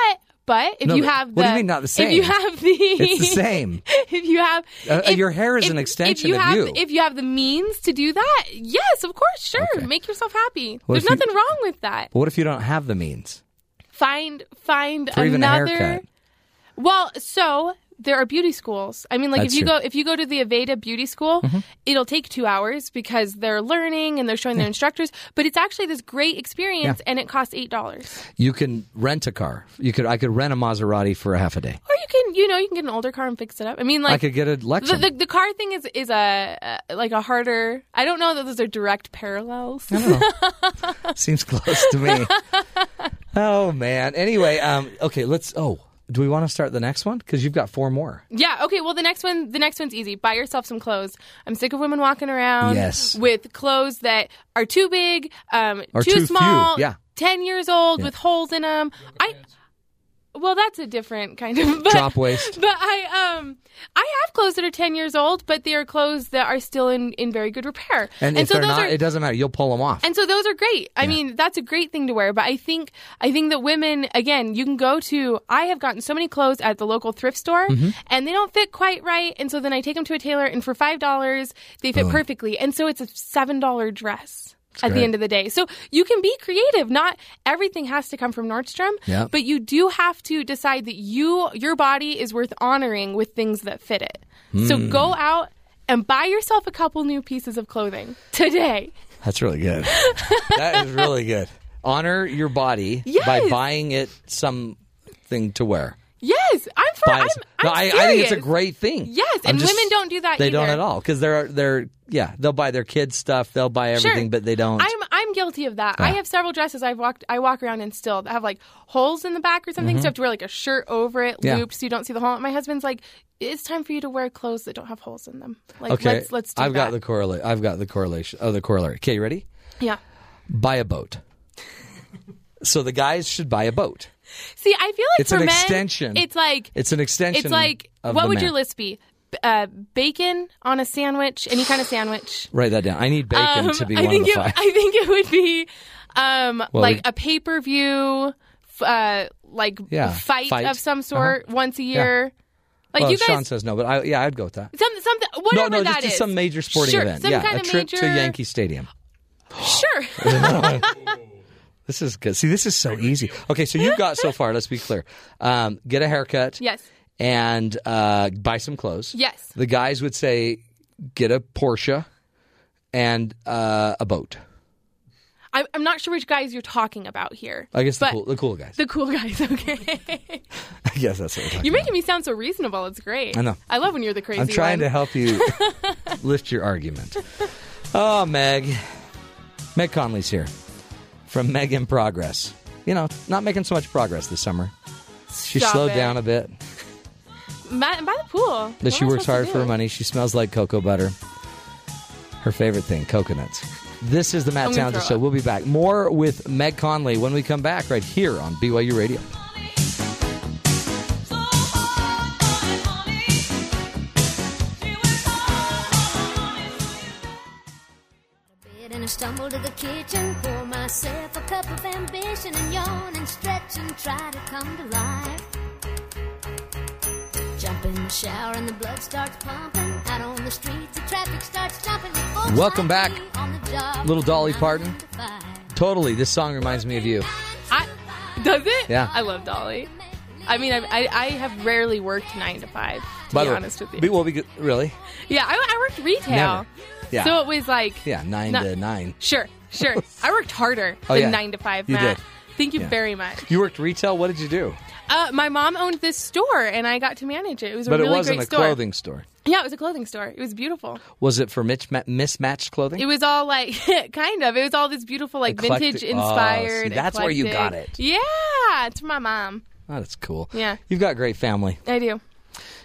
S11: but if
S1: No,
S11: you
S1: but
S11: have the
S1: what do you mean not the
S11: If you
S1: same?
S11: have the
S1: It's the same.
S11: If you have
S1: Uh,
S11: if-
S1: your hair is
S11: if-
S1: an extension
S11: if you
S1: of
S11: have,
S1: you.
S11: If you have the means to do that, yes, of course, sure,
S1: Okay.
S11: make yourself happy.
S1: What
S11: There's
S1: if you-
S11: nothing wrong with that.
S1: But what if you don't have the means
S11: Find find
S1: or even a
S11: another.
S1: haircut?
S11: Well, so there are beauty schools. I mean, like
S1: That's
S11: if you
S1: true. Mm-hmm.
S11: go if you go to the Aveda Beauty School, it'll take two hours because they're learning and they're showing their instructors. But it's actually this great experience, and it costs eight dollars.
S1: You can rent a car. You could. I could rent a Maserati for a half a day.
S11: Or you can, you know, you can get an older car and fix it up. I mean, like
S1: I could get a
S11: the,
S1: Lexus.
S11: the the car thing is is a, a like a harder. I don't know that those are direct parallels.
S1: I don't know. Seems close to me. Oh man. Anyway, um, okay. Let's. Oh, do we want to start the next one? Because you've got four more.
S11: yeah. Okay. Well, the next one, the next one's easy. Buy yourself some clothes. I'm sick of women walking around
S1: Yes.
S11: with clothes that are too big, um,
S1: Or too few,
S11: small,
S1: yeah.
S11: ten years old with holes in them. I. Well, that's a different kind of but,
S1: Chop waste.
S11: But I um I have clothes that are ten years old, but they are clothes that are still in, in very good repair.
S1: And, if
S11: so
S1: they're
S11: those
S1: not,
S11: are
S1: it doesn't matter. You'll pull them off.
S11: and so those are great. I mean, that's a great thing to wear. But I think I think that women again, you can go to. I have gotten so many clothes at the local thrift store,
S5: Mhm.
S11: and they don't fit quite right. And so then I take them to a tailor, and for five dollars, they fit
S5: Boom.
S11: perfectly. And so it's a seven dollar dress. At the
S5: great.
S11: end of the day. So you can be creative. Not everything has to come from Nordstrom,
S5: Yeah.
S11: but you do have to decide that you your body is worth honoring with things that fit it. So
S1: Hmm.
S11: go out and buy yourself a couple new pieces of clothing today.
S1: That's really good. that is really good. Honor your body by
S11: Yes.
S1: buying it something to wear.
S11: Yes, I'm for.
S1: Buy
S11: I'm,
S1: it some- No,
S11: I'm
S1: I,
S11: serious.
S1: I think it's a great thing.
S11: Yes,
S1: I'm
S11: and
S1: just-
S11: women don't do that.
S1: They
S11: either.
S1: don't at all because they're they're yeah they'll buy their kids stuff they'll buy everything
S11: Sure.
S1: but they don't.
S11: I'm I'm guilty of that. I
S1: Ah.
S11: have several dresses I've walked I walk around in still that have like holes in the back or something, so
S1: Mhm.
S11: I have to wear like a shirt over it,
S1: Yeah.
S11: looped, so you don't see the hole. My husband's like, it's time for you to wear clothes that don't have holes in them. Like
S1: okay,
S11: let's let's do
S1: I've
S11: that.
S1: got the correlate. I've got the correlation. Oh, the corollary. Okay, you ready?
S11: yeah.
S1: Buy a boat. so the guys should buy a boat.
S11: See, I feel like
S1: It's
S11: for
S1: an
S11: men,
S1: extension.
S11: It's like
S1: It's an extension.
S11: It's like
S1: of
S11: what
S1: the
S11: would
S1: man.
S11: your list be? B- Uh, bacon on a sandwich, any kind of sandwich.
S1: Write that down. I need bacon
S11: Um,
S1: to be
S11: I
S1: one
S11: think
S1: of the
S11: it,
S1: five.
S11: I think it would be um,
S1: Well,
S11: like
S1: we-
S11: a pay per view, f- uh, like
S1: Yeah,
S11: fight,
S1: fight. Uh-huh.
S11: of some sort once a
S1: Yeah.
S11: year. Like
S1: well,
S11: you guys,
S1: Sean says no, but I, yeah, I'd go with that.
S11: some something whatever
S1: no, no,
S11: that
S1: just, just
S11: is.
S1: some major sporting
S11: Sure,
S1: event.
S11: some
S1: yeah,
S11: kind
S1: a
S11: of
S1: trip to
S11: major-
S1: Yankee Stadium.
S11: Sure.
S1: This is good. See, this is so easy. Okay, so you've got so far. Let's be clear. Um, get a haircut.
S11: yes.
S1: And uh, buy some clothes.
S11: Yes.
S1: The guys would say, get a Porsche and uh, a boat.
S11: I'm, I'm not sure which guys you're talking about here.
S1: I guess the
S11: But-
S1: cool, the cool guys.
S11: The cool guys, okay.
S1: I guess that's what we're talking
S11: You're making me sound so reasonable. It's great.
S1: I know.
S11: I love when you're the crazy
S1: I'm trying
S11: one.
S1: to help you lift your argument. Oh, Meg. Meg Conley's here from Meg in Progress. You know, not making so much progress this summer. She
S11: Stop
S1: slowed
S11: it.
S1: down a bit.
S11: Ma- by the pool.
S1: That she
S11: What am I
S1: works
S11: supposed to
S1: hard for
S11: do?
S1: her money. She smells like cocoa butter. Her favorite thing, coconuts. This is the
S11: I'm
S1: Matt
S11: gonna
S1: Townsend
S11: throw
S1: Show. We'll be back. More with Meg Conley when we come back right here on BYU Radio.
S5: bed and I stumble to the kitchen, pour myself a cup of ambition and yawn and stretch and try to come to life. Jump in the shower and the blood starts pumping. Out on the streets, the traffic starts jumping.
S1: Welcome back,
S5: on the job.
S1: little Dolly Parton. Totally, this song reminds me of you.
S11: I, does it?
S1: Yeah.
S11: I love Dolly. I mean, I, I, I have rarely worked nine to five, to
S1: By
S11: be
S1: the way,
S11: honest with you.
S1: be- well, be, really?
S11: yeah, I, I worked retail.
S1: Never. Yeah.
S11: So it was like.
S1: Yeah, nine
S11: No-
S1: to nine.
S11: Sure, sure. I worked harder
S1: Oh,
S11: than
S1: yeah.
S11: nine to five,
S1: You
S11: Matt.
S1: did.
S11: Thank you
S1: Yeah.
S11: very much.
S1: You worked retail. What did you do?
S11: Uh, my mom owned this store, and I got to manage it. It was a
S1: but
S11: really
S1: it wasn't
S11: great
S1: a
S11: store.
S1: clothing store.
S11: Yeah, it was a clothing store. It was beautiful.
S1: Was it for mitch- ma- mismatched clothing?
S11: It was all like kind of. It was all this beautiful, like
S1: Eclectic-
S11: vintage
S1: Oh,
S11: inspired.
S1: see, that's where you got
S11: eclectic- Yeah, it's my mom.
S1: oh, that's cool.
S11: Yeah.
S1: You've got a great family.
S11: I do.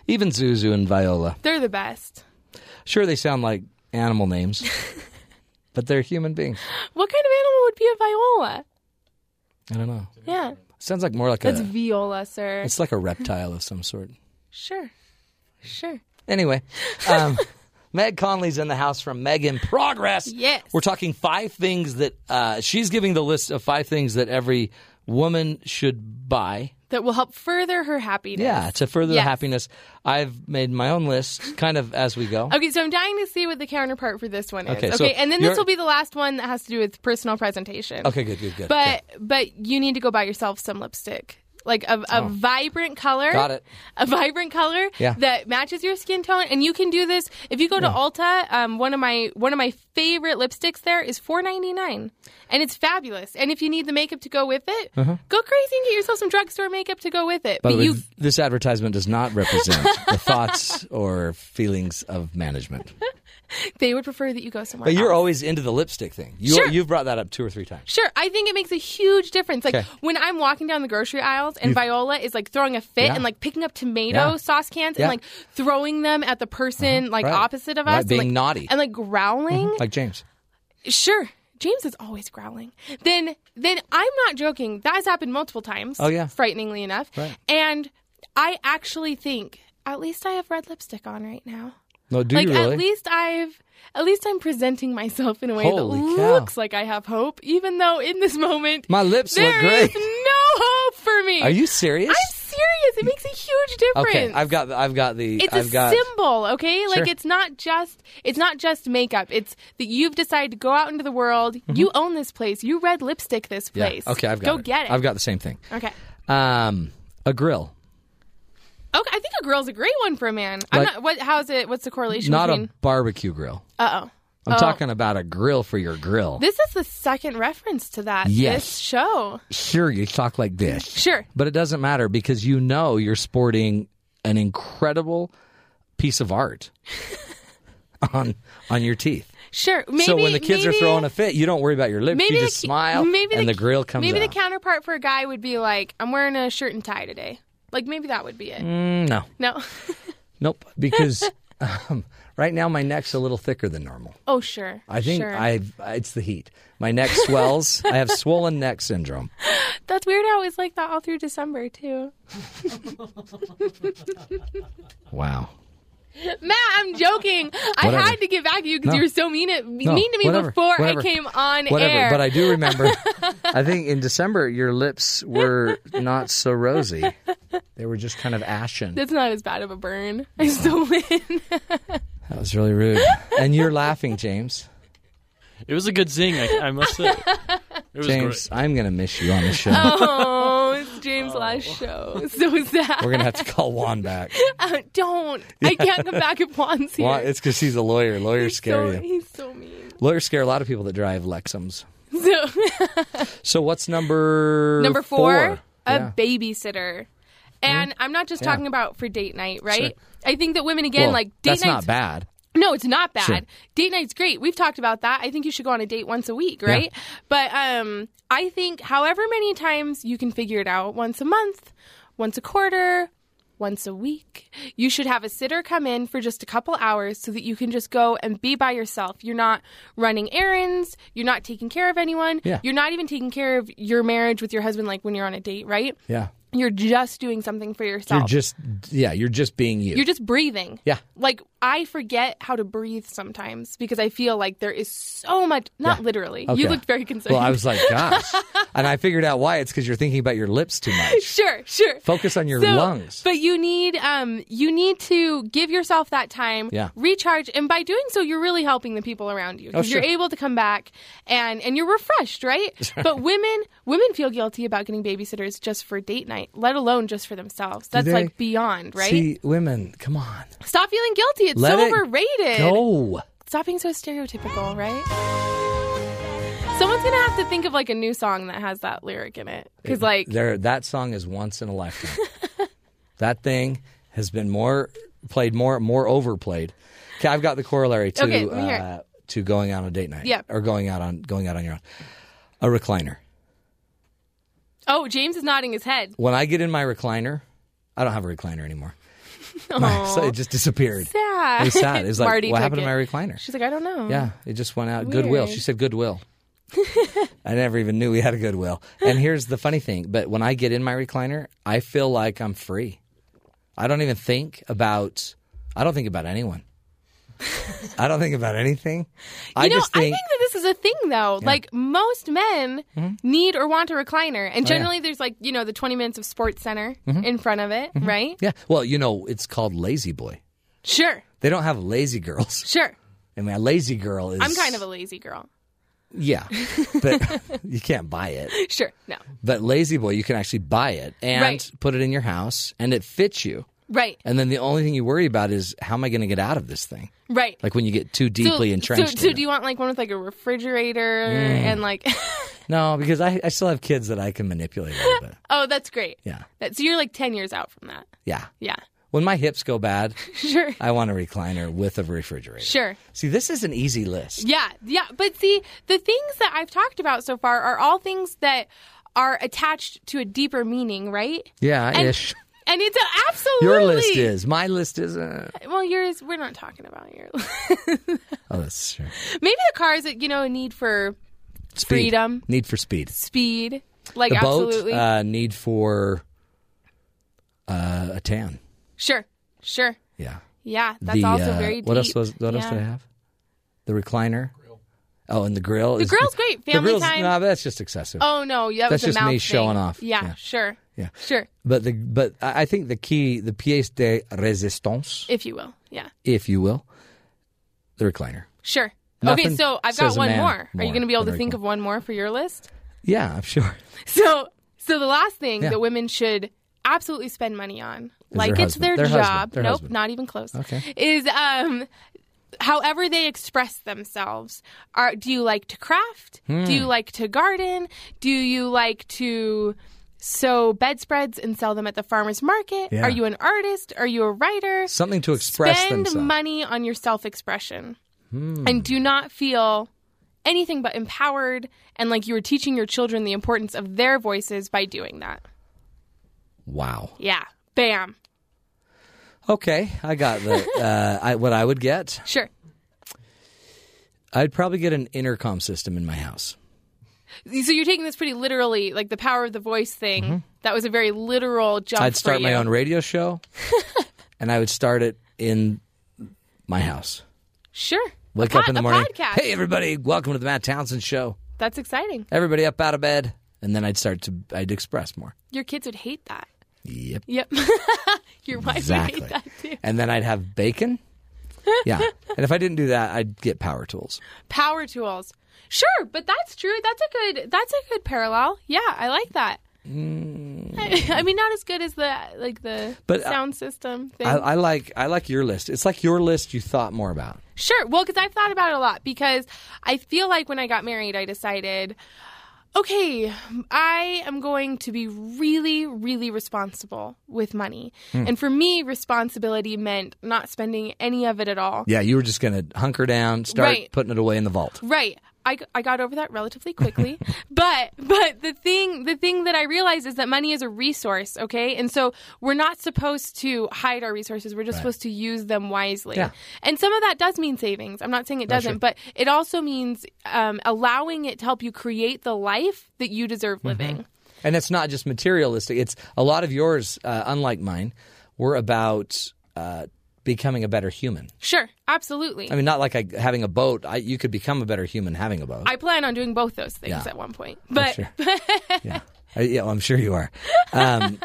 S1: Even Zuzu and Viola.
S11: They're the best.
S1: Sure, they sound like animal names, but they're human beings.
S11: What kind of animal would be a viola?
S1: I don't know.
S11: Yeah.
S1: Sounds like more like
S11: That's
S1: a.
S11: viola, sir.
S1: It's like a reptile of some sort.
S11: Sure. Sure.
S1: Anyway, um, Meg Conley's in the house from Meg in Progress.
S11: Yes.
S1: We're talking five things that uh, she's giving the list of five things that every woman should buy.
S11: That will help further her happiness.
S1: Yeah, to further the
S11: Yes.
S1: happiness. I've made my own list kind of as we go.
S11: Okay, so I'm dying to see what the counterpart for this one is.
S1: Oh. Okay,
S11: Okay,
S1: so
S11: and then this
S1: you're-
S11: will be the last one that has to do with personal presentation.
S1: Okay, good, good, good.
S11: But but you need to go buy yourself some lipstick. Like a, a
S1: Oh.
S11: vibrant color.
S1: Got it.
S11: A vibrant color
S1: Yeah.
S11: that matches your skin tone. And you can do this if you go to
S1: Yeah.
S11: Ulta, um, one of my one of my favorite lipsticks there is four ninety nine. And it's fabulous. And if you need the makeup to go with it,
S1: Uh-huh.
S11: go crazy and get yourself some drugstore makeup to go with it.
S1: By the
S11: but
S1: way,
S11: you
S1: th- this advertisement does not represent the thoughts or feelings of management.
S11: they would prefer that you go somewhere.
S1: But you're
S11: else.
S1: always into the lipstick thing. You,
S11: Sure.
S1: You've brought that up two or three times.
S11: Sure, I think it makes a huge difference. Like
S1: Okay.
S11: when I'm walking down the grocery aisles and
S1: You-
S11: Viola is like throwing a fit
S1: Yeah.
S11: and like picking up tomato
S1: Yeah.
S11: sauce cans
S1: Yeah. Uh-huh.
S11: and like throwing them at the person like
S1: Right.
S11: opposite of
S1: Right,
S11: us, and,
S1: being Mm-hmm.
S11: like,
S1: naughty.
S11: and like growling.
S1: Like James.
S11: Sure, James is always growling. Then then I'm not joking. That has happened multiple times.
S1: Oh, yeah.
S11: Frighteningly enough.
S1: Right.
S11: And I actually think at least I have red lipstick on right now.
S1: No, do
S11: like
S1: you really?
S11: at least I've at least I'm presenting myself in a way
S1: Holy
S11: that
S1: cow.
S11: looks like I have hope, even though in this moment
S1: My lips look
S11: there is
S1: great.
S11: no hope for me.
S1: Are you serious?
S11: I'm serious. It makes a huge difference.
S1: okay, I've got I've got the
S11: it's
S1: I've
S11: a
S1: got
S11: symbol, okay? Like
S1: Sure.
S11: it's not just it's not just makeup. It's that you've decided to go out into the world. You own this place. You red lipstick this
S1: Mm-hmm. yeah,
S11: place.
S1: Okay, I've got
S11: go
S1: it.
S11: get it.
S1: I've got the same thing.
S11: okay.
S1: Um, a grill,
S11: Okay, I think a girl's a great one for a man. I'm
S1: Like-
S11: not. What? How's it? What's the correlation
S1: not
S11: between?
S1: a barbecue grill.
S11: Uh oh.
S1: I'm talking about a grill for your grill.
S11: This is the second reference to that.
S1: Yes.
S11: This show.
S1: sure, you talk like this.
S11: Sure.
S1: But it doesn't matter because you know you're sporting an incredible piece of art on on your teeth.
S11: Sure. Maybe,
S1: so when the kids
S11: maybe,
S1: are throwing a fit, you don't worry about your lips.
S11: maybe
S1: you
S11: the
S1: just
S11: ki-
S1: smile
S11: maybe
S1: and the, grill comes
S11: Maybe
S1: out.
S11: the counterpart for a guy would be like, I'm wearing a shirt and tie today. Like maybe that would be it.
S1: Mm, no.
S11: No.
S1: Nope. Because um, right now my neck's a little thicker than normal.
S11: Oh sure.
S1: I think
S11: sure.
S1: I've, it's the heat. My neck swells. I have swollen neck syndrome.
S11: That's weird how it was like that all through December too.
S1: Wow.
S11: Matt, I'm joking. I
S1: Whatever.
S11: had to get back to you because
S1: No.
S11: you were so mean at,
S1: No,
S11: mean to me
S1: whatever,
S11: before
S1: whatever,
S11: I came on
S1: whatever.
S11: air.
S1: But I do remember. I think in December your lips were not so rosy. They were just kind of ashen.
S11: That's not as bad of a burn. I still win.
S1: That was really rude. And you're laughing, James.
S3: It was a good zing. I, I must say, it was
S1: James, I'm going to miss you on the show.
S11: oh, it's James' last show. So sad.
S1: We're going to have to call Juan back.
S11: Uh, don't. I can't come back if Juan's here.
S1: Juan, it's because he's a lawyer. Lawyers scare
S11: so,
S1: you.
S11: He's so mean.
S1: Lawyers scare a lot of people that drive Lexums.
S11: So
S1: So what's number
S11: number four, Uh, a
S1: Yeah. Hmm?
S11: babysitter. And I'm not just
S1: Yeah.
S11: talking about for date night, right?
S1: Sure.
S11: I think that women again
S1: Well,
S11: like date
S1: that's not
S11: nights.
S1: bad.
S11: No, it's not bad.
S1: Sure.
S11: Date night's great. We've talked about that. I think you should go on a date once a week, right? But um, I think however many times you can figure it out once a month, once a quarter, once a week, you should have a sitter come in for just a couple hours so that you can just go and be by yourself. You're not running errands, you're not taking care of anyone,
S1: Yeah.
S11: you're not even taking care of your marriage with your husband like when you're on a date, right?
S1: Yeah.
S11: You're just doing something for yourself.
S1: You're just yeah, you're just being you.
S11: You're just breathing.
S1: Yeah.
S11: Like I forget how to breathe sometimes because I feel like there is so much. Not literally.
S1: Okay.
S11: You looked very concerned.
S1: Well, I was like, gosh. and I figured out why. It's because you're thinking about your lips too much.
S11: sure, sure.
S1: Focus on your
S11: So,
S1: lungs.
S11: But you need um you need to give yourself that time,
S1: Yeah. Oh,
S11: recharge, and by doing so you're really helping the people around you. Because
S1: sure.
S11: you're able to come back and and you're refreshed, right? but women women feel guilty about getting babysitters just for date night, let alone just for themselves. That's
S1: they?
S11: like beyond, right?
S1: See, women, come on.
S11: Stop feeling guilty. It's
S1: Let
S11: so
S1: it
S11: overrated.
S1: Go.
S11: Stop being so stereotypical, right? Someone's gonna have to think of like a new song that has that lyric in it, because like
S1: there that song is once in a lifetime. that thing has been more played more more overplayed. Okay, I've got the corollary to
S11: Okay, let me hear
S1: uh, to going out on a date night.
S11: Yeah.
S1: Or going out on going out on your own. A recliner.
S11: oh, James is nodding his head.
S1: When I get in my recliner, I don't have a recliner anymore.
S11: Oh,
S1: so it just disappeared.
S11: sad.
S1: It's sad. It's like
S11: Marty
S1: what
S11: took
S1: happened
S11: it.
S1: to my recliner?
S11: She's like, I don't know.
S1: Yeah, it just went out. Goodwill.
S11: Weird.
S1: She said Goodwill. I never even knew we had a Goodwill. And here's the funny thing, but when I get in my recliner, I feel like I'm free. I don't even think about I don't think about anyone. I don't think about anything. I
S11: You know,
S1: just think, Mm-hmm.
S11: I think that this is a thing, though. Like most men need or want a recliner, and
S1: Oh, yeah. Mm-hmm.
S11: generally there's like you know the 20 minutes of Sports Center in front of it, right?
S1: Yeah. Well, you know, it's called lazy boy.
S11: Sure,
S1: They don't have lazy girls.
S11: sure.
S1: I mean, a lazy girl is
S11: I'm kind of a lazy girl.
S1: Yeah. But you can't buy it.
S11: Sure, no,
S1: But lazy boy, you can actually buy it and
S11: Right.
S1: put it in your house and it fits you.
S11: right,
S1: And then the only thing you worry about is how am I going to get out of this thing?
S11: right.
S1: Like when you get too deeply
S11: so,
S1: entrenched.
S11: So,
S1: in
S11: so do
S1: it. Mm.
S11: you want like one with like a refrigerator and like?
S1: No, because I, I still have kids that I can manipulate a little bit.
S11: oh, that's great.
S1: Yeah.
S11: That, so you're like ten years out from that.
S1: Yeah.
S11: Yeah.
S1: When my hips go bad,
S11: Sure.
S1: I want a recliner with a refrigerator.
S11: Sure.
S1: See, this is an easy list.
S11: Yeah. Yeah. But see, the things that I've talked about so far are all things that are attached to a deeper meaning, right?
S1: Yeah,
S11: And,
S1: ish.
S11: And it's a, absolutely
S1: Your list is. My list is. Uh,
S11: well, yours. We're not talking about yours.
S1: oh, that's true.
S11: Maybe the car is, you know, a need for
S1: Speed.
S11: Freedom.
S1: Need for Speed.
S11: Speed. Like
S1: the boat.
S11: absolutely.
S1: Uh, need for uh, a tan.
S11: sure. Sure.
S1: Yeah.
S11: Yeah. That's
S1: the,
S11: also
S1: uh,
S11: very deep.
S1: What else was? What else
S11: Yeah.
S1: did I have? The recliner. Oh, and the grill.
S11: The
S1: is-
S11: grill's great.
S1: the
S11: Family
S1: grill's,
S11: time.
S1: No, that's just excessive.
S11: Oh no, that
S1: that's
S11: was a
S1: just me
S11: mouth
S1: showing
S11: thing.
S1: off.
S11: Yeah,
S1: Yeah.
S11: sure.
S1: Yeah.
S11: Sure.
S1: But the but I I think the key, the pièce de résistance,
S11: If you will. Yeah.
S1: if you will, the recliner.
S11: Sure. okay,
S1: Nothing
S11: so I've
S1: says
S11: got
S1: a
S11: one
S1: man
S11: more. Are you
S1: more
S11: going to be able
S1: than
S11: to
S1: a
S11: think of one more for your list?
S1: Yeah, I'm sure.
S11: So, so the last thing
S1: Yeah.
S11: that women should absolutely spend money on,
S1: Is
S11: like
S1: their
S11: it's
S1: husband.
S11: their,
S1: Their
S11: job.
S1: husband. Their
S11: nope,
S1: husband.
S11: not even close.
S1: Okay.
S11: Is um, however they express themselves. Are do you like to craft?
S1: Hmm.
S11: Do you like to garden? Do you like to sew bedspreads and sell them at the farmers market?
S1: Yeah.
S11: Are you an artist? Are you a writer?
S1: Something to express
S11: Spend
S1: themselves.
S11: money on your self-expression
S1: Hmm.
S11: and do not feel anything but empowered and like you were teaching your children the importance of their voices by doing that.
S1: Wow.
S11: Yeah. Bam.
S1: Okay, I got the uh, I, what I would get.
S11: Sure.
S1: I'd probably get an intercom system in my house.
S11: So you're taking this pretty literally, like the power of the voice thing. That was a very literal jump.
S1: Mm-hmm. I'd
S11: for
S1: start my
S11: you.
S1: own radio show, and I would start it in my house.
S11: Sure.
S1: Wake
S11: A
S1: up
S11: pod-
S1: in the
S11: a
S1: morning.
S11: podcast.
S1: Hey, everybody! Welcome to the Matt Townsend Show.
S11: That's exciting.
S1: Everybody up out of bed, and then I'd start to I'd express more.
S11: Your kids would hate that.
S1: Yep.
S11: Yep. your wife
S1: Exactly.
S11: would hate that too.
S1: And then I'd have bacon. Yeah. and if I didn't do that, I'd get power tools.
S11: Power tools. Sure, but that's true. That's a good. That's a good parallel. Yeah, I like that. I, I mean, not as good as the like the
S1: Mm. But, uh,
S11: sound system thing.
S1: I, I like I like your list. It's like your list you thought more about.
S11: Sure. Well, because I've thought about it a lot because I feel like when I got married, I decided, okay, I am going to be really, really responsible with money.
S1: Hmm.
S11: And for me, responsibility meant not spending any of it at all.
S1: Yeah, you were just gonna hunker down, start
S11: Right.
S1: putting it away in the vault.
S11: Right. I, I got over that relatively quickly. but but the thing the thing that I realized is that money is a resource, okay? And so we're not supposed to hide our resources. We're just supposed to use them wisely.
S12: Yeah.
S11: And some of that does mean savings. I'm not saying it
S12: No,
S11: doesn't,
S12: sure.
S11: but it also means um, allowing it to help you create the life that you
S1: Mm-hmm.
S11: deserve Mm-hmm. living.
S1: And it's not just materialistic. It's a lot of yours, uh, unlike mine, were about uh, becoming a better human.
S11: Sure, absolutely.
S1: I mean, not like I, having a boat. I, you could become a better human having a boat.
S11: I plan on doing both those things
S1: Yeah.
S11: at one point.
S1: I'm
S11: But
S1: sure. I, yeah, I'm sure you are. Um,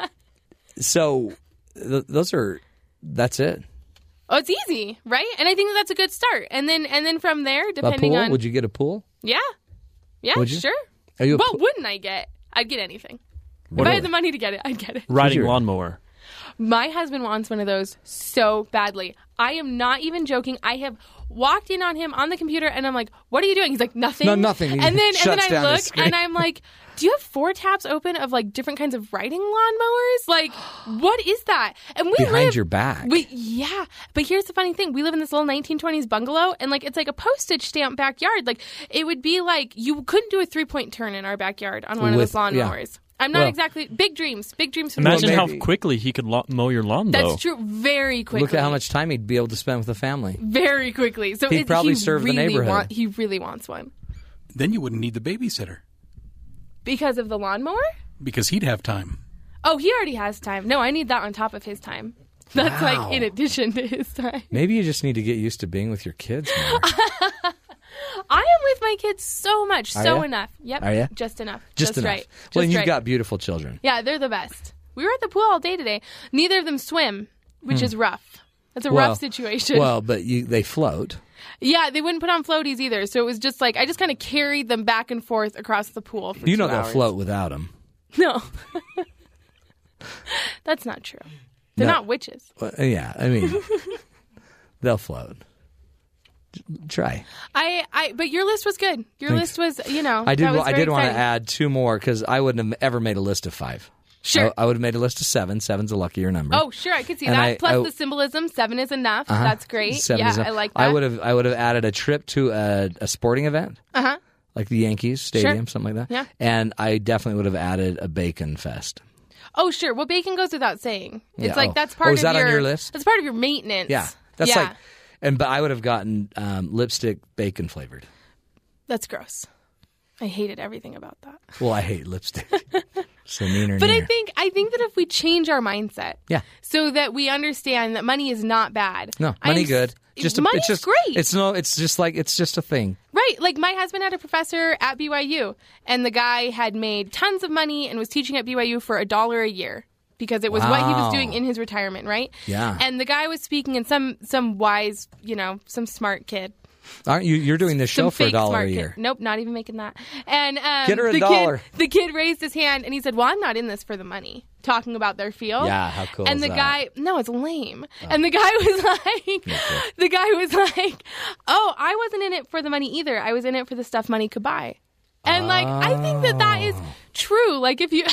S1: so th- those are. That's it.
S11: oh, it's easy, right? And I think that's a good start. And then and then from there,
S1: A
S11: depending
S1: pool?
S11: on
S1: Would you get a pool?
S11: Yeah. Yeah,
S1: Would you?
S11: sure.
S1: Are you a
S11: what
S1: pl-
S11: wouldn't I get? I'd get anything. If I
S3: Really?
S11: had the money to get it, I'd get it.
S3: Riding lawnmower.
S11: My husband wants one of those so badly. I am not even joking. I have walked in on him on the computer and I'm like, what are you doing? He's like, nothing.
S1: No, nothing. He
S11: And then, and
S1: shuts
S11: then
S1: down
S11: I
S1: his
S11: look
S1: screen.
S11: and I'm like, do you have four tabs open of like different kinds of riding lawnmowers? Like, what is that? And we
S1: Behind
S11: live,
S1: your back.
S11: we yeah, but here's the funny thing: we live in this little 1920s bungalow, and like it's like a postage stamp backyard. Like it would be like you couldn't do a three point turn in our backyard on one
S3: With-
S11: of those
S3: yeah.
S11: lawnmowers. I'm not
S3: Well-
S11: exactly big dreams, big dreams. For the
S3: Imagine
S11: future.
S3: how quickly he could lo- mow your lawn,
S11: that's
S3: though.
S11: true. Very quickly,
S1: Look at how much time he'd be able to spend with the family.
S11: very quickly. So
S1: He'd
S11: it,
S1: probably
S11: he
S1: serve the
S11: really
S1: neighborhood.
S11: want- he really wants one
S2: Then you wouldn't need the babysitter
S11: because of the lawnmower.
S2: because he'd have time.
S11: Oh, he already has time. No, I need that on top of his time. That's
S1: Wow.
S11: like in addition to his time.
S1: Maybe you just need to get used to being with your kids. more.
S11: I am with my kids so much,
S1: Are
S11: so
S1: ya?
S11: enough. Yep,
S1: Are ya?
S11: just enough,
S1: Just, enough.
S11: right.
S1: Well,
S11: Just
S1: and you've
S11: right.
S1: got beautiful children.
S11: Yeah, they're the best. We were at the pool all day today. Neither of them swim, which
S1: Hmm.
S11: is rough. That's a
S1: Well-
S11: rough situation.
S1: Well, but you, they float.
S11: yeah, they wouldn't put on floaties either. So it was just like I just kind of carried them back and forth across the pool. For
S1: You
S11: two
S1: know they'll
S11: hours.
S1: float without them.
S11: No, that's not true. They're
S1: No.
S11: not witches.
S1: Well, uh, yeah, I mean, they'll float. J- Try.
S11: I, I, but your list was good. Your
S1: Thanks.
S11: list was, you know,
S1: I did.
S11: Oh, That was
S1: I
S11: very
S1: did want to
S11: exciting.
S1: add two more because I wouldn't have ever made a list of five.
S11: Sure.
S1: I, I would have made a list of seven. Seven's a luckier number.
S11: Oh, sure, I could see
S1: And
S11: that.
S1: I-
S11: Plus
S1: I-
S11: the symbolism, seven is enough.
S1: Uh-huh.
S11: That's great.
S1: Seven
S11: yeah,
S1: is a-
S11: I like that.
S1: I would have. I would have added a trip to a, a sporting event
S11: Uh huh.
S1: like the Yankees Stadium, something like that.
S11: Yeah.
S1: And I definitely would have added a bacon fest.
S11: Oh, sure. Well, bacon goes without saying. It's
S1: Yeah,
S11: like
S1: oh.
S11: that's
S1: Oh,
S11: part
S1: is
S11: of
S1: that on
S11: your,
S1: your list?
S11: That's part of your maintenance.
S1: Yeah. That's
S11: Yeah.
S1: like, and but I would have gotten um, lipstick bacon flavored.
S11: that's gross. I hated everything about that.
S1: Well, I hate lipstick. so meaner.
S11: But I think I think that if we change our mindset,
S1: Yeah.
S11: so that we understand that money is not bad.
S1: No,
S11: I'm
S1: money
S11: s-
S1: good. Just a,
S11: money's
S1: it's just
S11: great.
S1: It's no. It's just like it's just a thing.
S11: Right. Like my husband had a professor at BYU, and the guy had made tons of money and was teaching at BYU for a dollar a year because it was what he
S1: Wow.
S11: was doing in his retirement, right?
S1: Yeah.
S11: And the guy was speaking, and some some wise, you know, some smart kid.
S1: Aren't you? You're doing this show
S11: Some
S1: for a
S11: fake
S1: dollar
S11: smart
S1: a
S11: kid.
S1: year.
S11: Nope, not even making that. And um,
S1: Get her a
S11: the
S1: dollar.
S11: Kid, the kid raised his hand and he said, "Well, I'm not in this for the money." Talking about their field.
S1: Yeah, how cool
S11: And
S1: is
S11: the
S1: that? Oh.
S11: guy, no, it's lame. And the guy was like, the guy was like, "Oh, I wasn't in it for the money either. I was in it for the stuff money could buy." And like, I think that that
S1: Oh.
S11: is true. Like, if you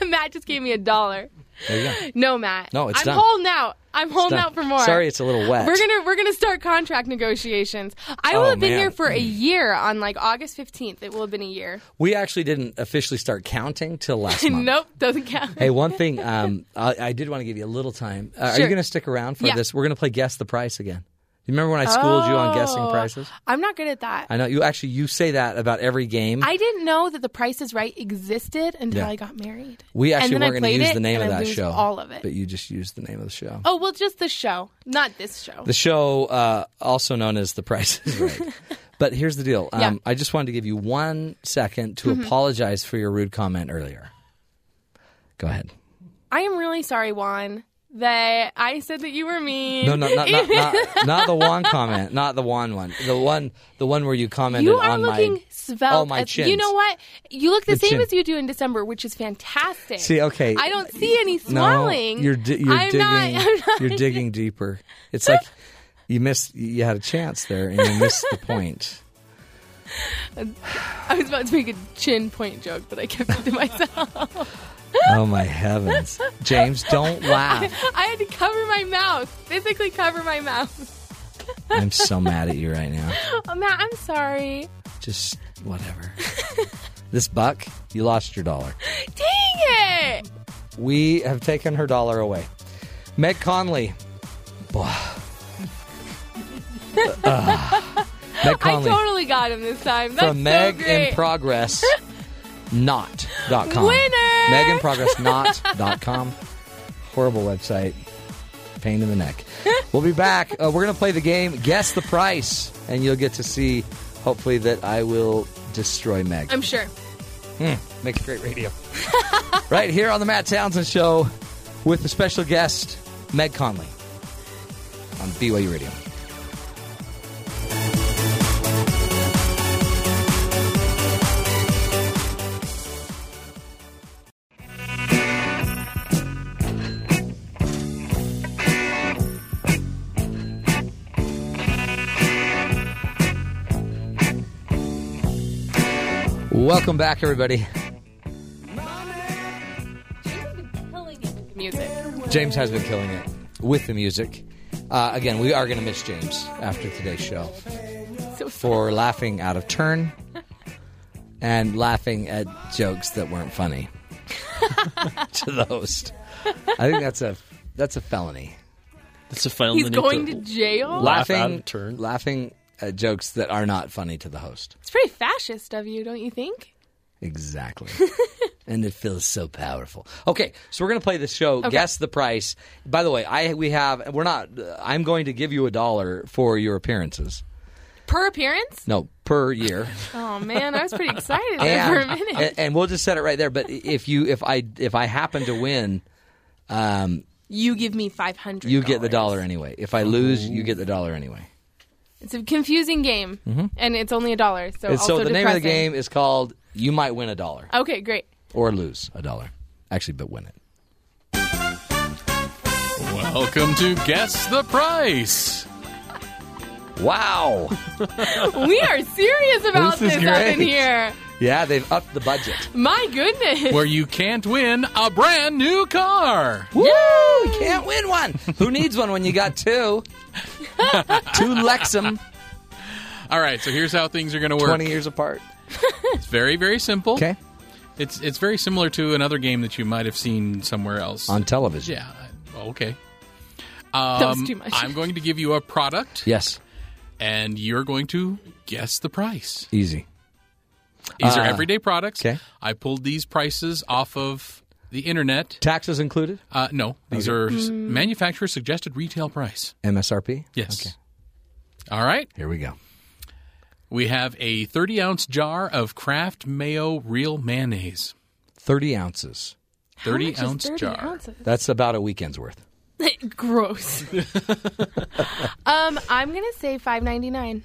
S11: Matt just gave me a dollar.
S1: There you go.
S11: No, Matt.
S1: No, it's
S11: I'm
S1: done.
S11: holding out. I'm holding
S1: done.
S11: out for more.
S1: Sorry it's a little wet.
S11: We're gonna we're gonna start contract negotiations. I will
S1: Oh,
S11: have been
S1: man.
S11: here for a year on like August fifteenth. It will have been a year.
S1: We actually didn't officially start counting till last month.
S11: nope, doesn't count.
S1: Hey, one thing um, I, I did want to give you a little time. Uh, Are you
S11: Sure.
S1: going to stick around for
S11: Yeah.
S1: this? We're going to play guess the price again. You remember when I schooled you on guessing
S11: Oh,
S1: prices?
S11: I'm not good at that.
S1: I know you actually you say that about every game.
S11: I didn't know that the Price is Right existed until
S1: Yeah.
S11: I got married.
S1: we actually
S11: and then
S1: weren't
S11: I
S1: going
S11: played
S1: to use
S11: it,
S1: the name
S11: and
S1: of
S11: I
S1: that
S11: lose
S1: show,
S11: All of it.
S1: but you just used the name of the show.
S11: oh well, just the show, not this show.
S1: The show, uh, also known as The Price is Right. but here's the deal. Um,
S11: Yeah. Mm-hmm.
S1: I just wanted to give you one second to apologize for your rude comment earlier. Go ahead.
S11: I am really sorry, Juan, that I said that you were mean.
S1: No, no, not, not, not, not the one comment, not the one one. The one, the one where you commented
S11: You are
S1: on
S11: looking
S1: my.
S11: svelte.
S1: all my
S11: as-
S1: chins.
S11: You know what? You look the,
S1: The
S11: same
S1: chin.
S11: as you do in December, which is fantastic.
S1: See, okay.
S11: I don't see any
S1: No,
S11: swelling.
S1: you're di- you're
S11: I'm
S1: digging.
S11: Not, I'm not-
S1: You're digging deeper. It's like you missed. You had a chance there, and you missed the point.
S11: I was about to make a chin point joke, but I kept it to myself.
S1: Oh my heavens, James! Don't laugh.
S11: I had to cover my mouth, physically cover my mouth.
S1: I'm so mad at you right now.
S11: Oh, Matt, I'm sorry.
S1: Just whatever. This buck, you lost your dollar.
S11: Dang it!
S1: We have taken her dollar away. Meg Conley. Blah. Ugh. Uh, Meg
S11: I
S1: Conley
S11: totally got him this time. That's
S1: from Meg
S11: so great.
S1: in Progress not.com.
S11: Winner!
S1: Meg in Progress not.com. Horrible website. Pain in the neck. We'll be back. Uh, we're going to play the game Guess the Price, and you'll get to see, hopefully, that I will destroy Meg.
S11: I'm sure.
S1: Hmm, makes great radio. right here on the Matt Townsend Show with the special guest, Meg Conley on BYU Radio. Welcome back, everybody.
S11: Music.
S1: James has been killing it with the music. Uh, again, we are going to miss James after today's show for laughing out of turn and laughing at jokes that weren't funny to the host. I think that's a that's a felony.
S3: That's a felony.
S11: He's going to jail.
S3: Laugh
S1: laughing
S3: out of turn.
S1: laughing at jokes that are not funny to the host.
S11: It's pretty fascist of you, don't you think?
S1: Exactly. and it feels so powerful. Okay, so we're going to play the show
S11: Okay.
S1: Guess the Price. By the way, I we have we're not uh, I'm going to give you a dollar for your appearances.
S11: Per appearance?
S1: No, per year.
S11: Oh man, I was pretty excited there for a minute.
S1: and, and we'll just set it right there, but if you if I if I happen to win um
S11: you give me five hundred.
S1: you get the dollar anyway. If I lose, you get the dollar anyway.
S11: It's a confusing game, and it's only a dollar. So
S1: and Mm-hmm. so
S11: Mm-hmm. also
S1: the
S11: depressing.
S1: name of the game is called You Might Win a Dollar.
S11: Okay, great.
S1: or lose a dollar. Actually, but win it.
S2: Welcome to Guess the Price.
S1: Wow.
S11: we are serious about
S2: This
S11: this,
S2: is
S11: up in
S2: great.
S11: here.
S1: Yeah, they've upped the budget.
S11: My goodness.
S2: Where you can't win a brand new car.
S1: Woo! You can't win one. Who needs one when you got two? two Lexum,
S2: All right, so here's how things are going to work.
S1: 20 years apart.
S2: It's very, very simple.
S1: Okay.
S2: It's it's very similar to another game that you might have seen somewhere else.
S1: On television.
S2: yeah. Okay.
S11: was
S2: Um,
S11: too much.
S2: I'm going to give you a product,
S1: Yes.
S2: and you're going to guess the price.
S1: Easy.
S2: These are
S1: Ah.
S2: everyday products.
S1: Okay.
S2: I pulled these prices off of the internet.
S1: Taxes included?
S2: Uh, no, these
S1: Okay.
S2: are s-
S1: Mm.
S11: Hmm.
S2: manufacturer suggested retail price.
S1: MSRP?
S2: Yes. All right.
S1: Here we go.
S2: We have a 30 ounce jar of Kraft Mayo Real Mayonnaise.
S1: 30 ounces.
S2: 30
S11: much is
S2: ounce
S11: 30
S2: jar.
S11: ounces?
S1: That's about a weekend's worth.
S11: Gross. um, I'm gonna say five ninety nine.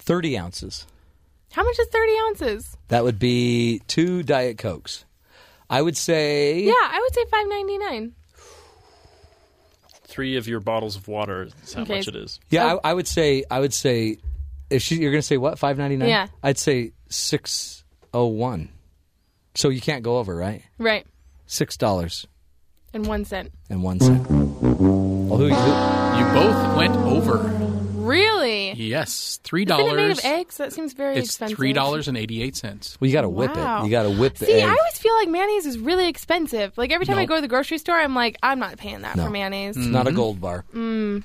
S1: 30 ounces.
S11: How much is thirty ounces?
S1: That would be two Diet Cokes. I would say.
S11: Yeah, I would say five ninety nine.
S3: Three of your bottles of water is how
S11: Okay.
S3: much it is.
S1: Yeah, I, I would say. I would say. If she, you're going to say what five ninety nine?
S11: Yeah.
S1: I'd say six oh one. So you can't go over, right?
S11: Right,
S1: Six dollars
S11: and one cent.
S1: and one cent. Well, who, who-
S2: You both went over.
S11: Really?
S2: Yes, three
S11: Isn't it made
S2: dollars.
S11: of eggs? That seems very
S2: It's
S11: expensive.
S2: three dollars and eighty eight cents.
S1: Well, you got to whip
S11: Wow.
S1: it. You got to whip the
S11: See,
S1: egg.
S11: I always feel like mayonnaise is really expensive. Like every time I
S2: No.
S11: go to the grocery store, I'm like, I'm not paying that
S1: No.
S11: for mayonnaise.
S1: It's not a gold bar.
S2: Mm-hmm.
S11: Mm.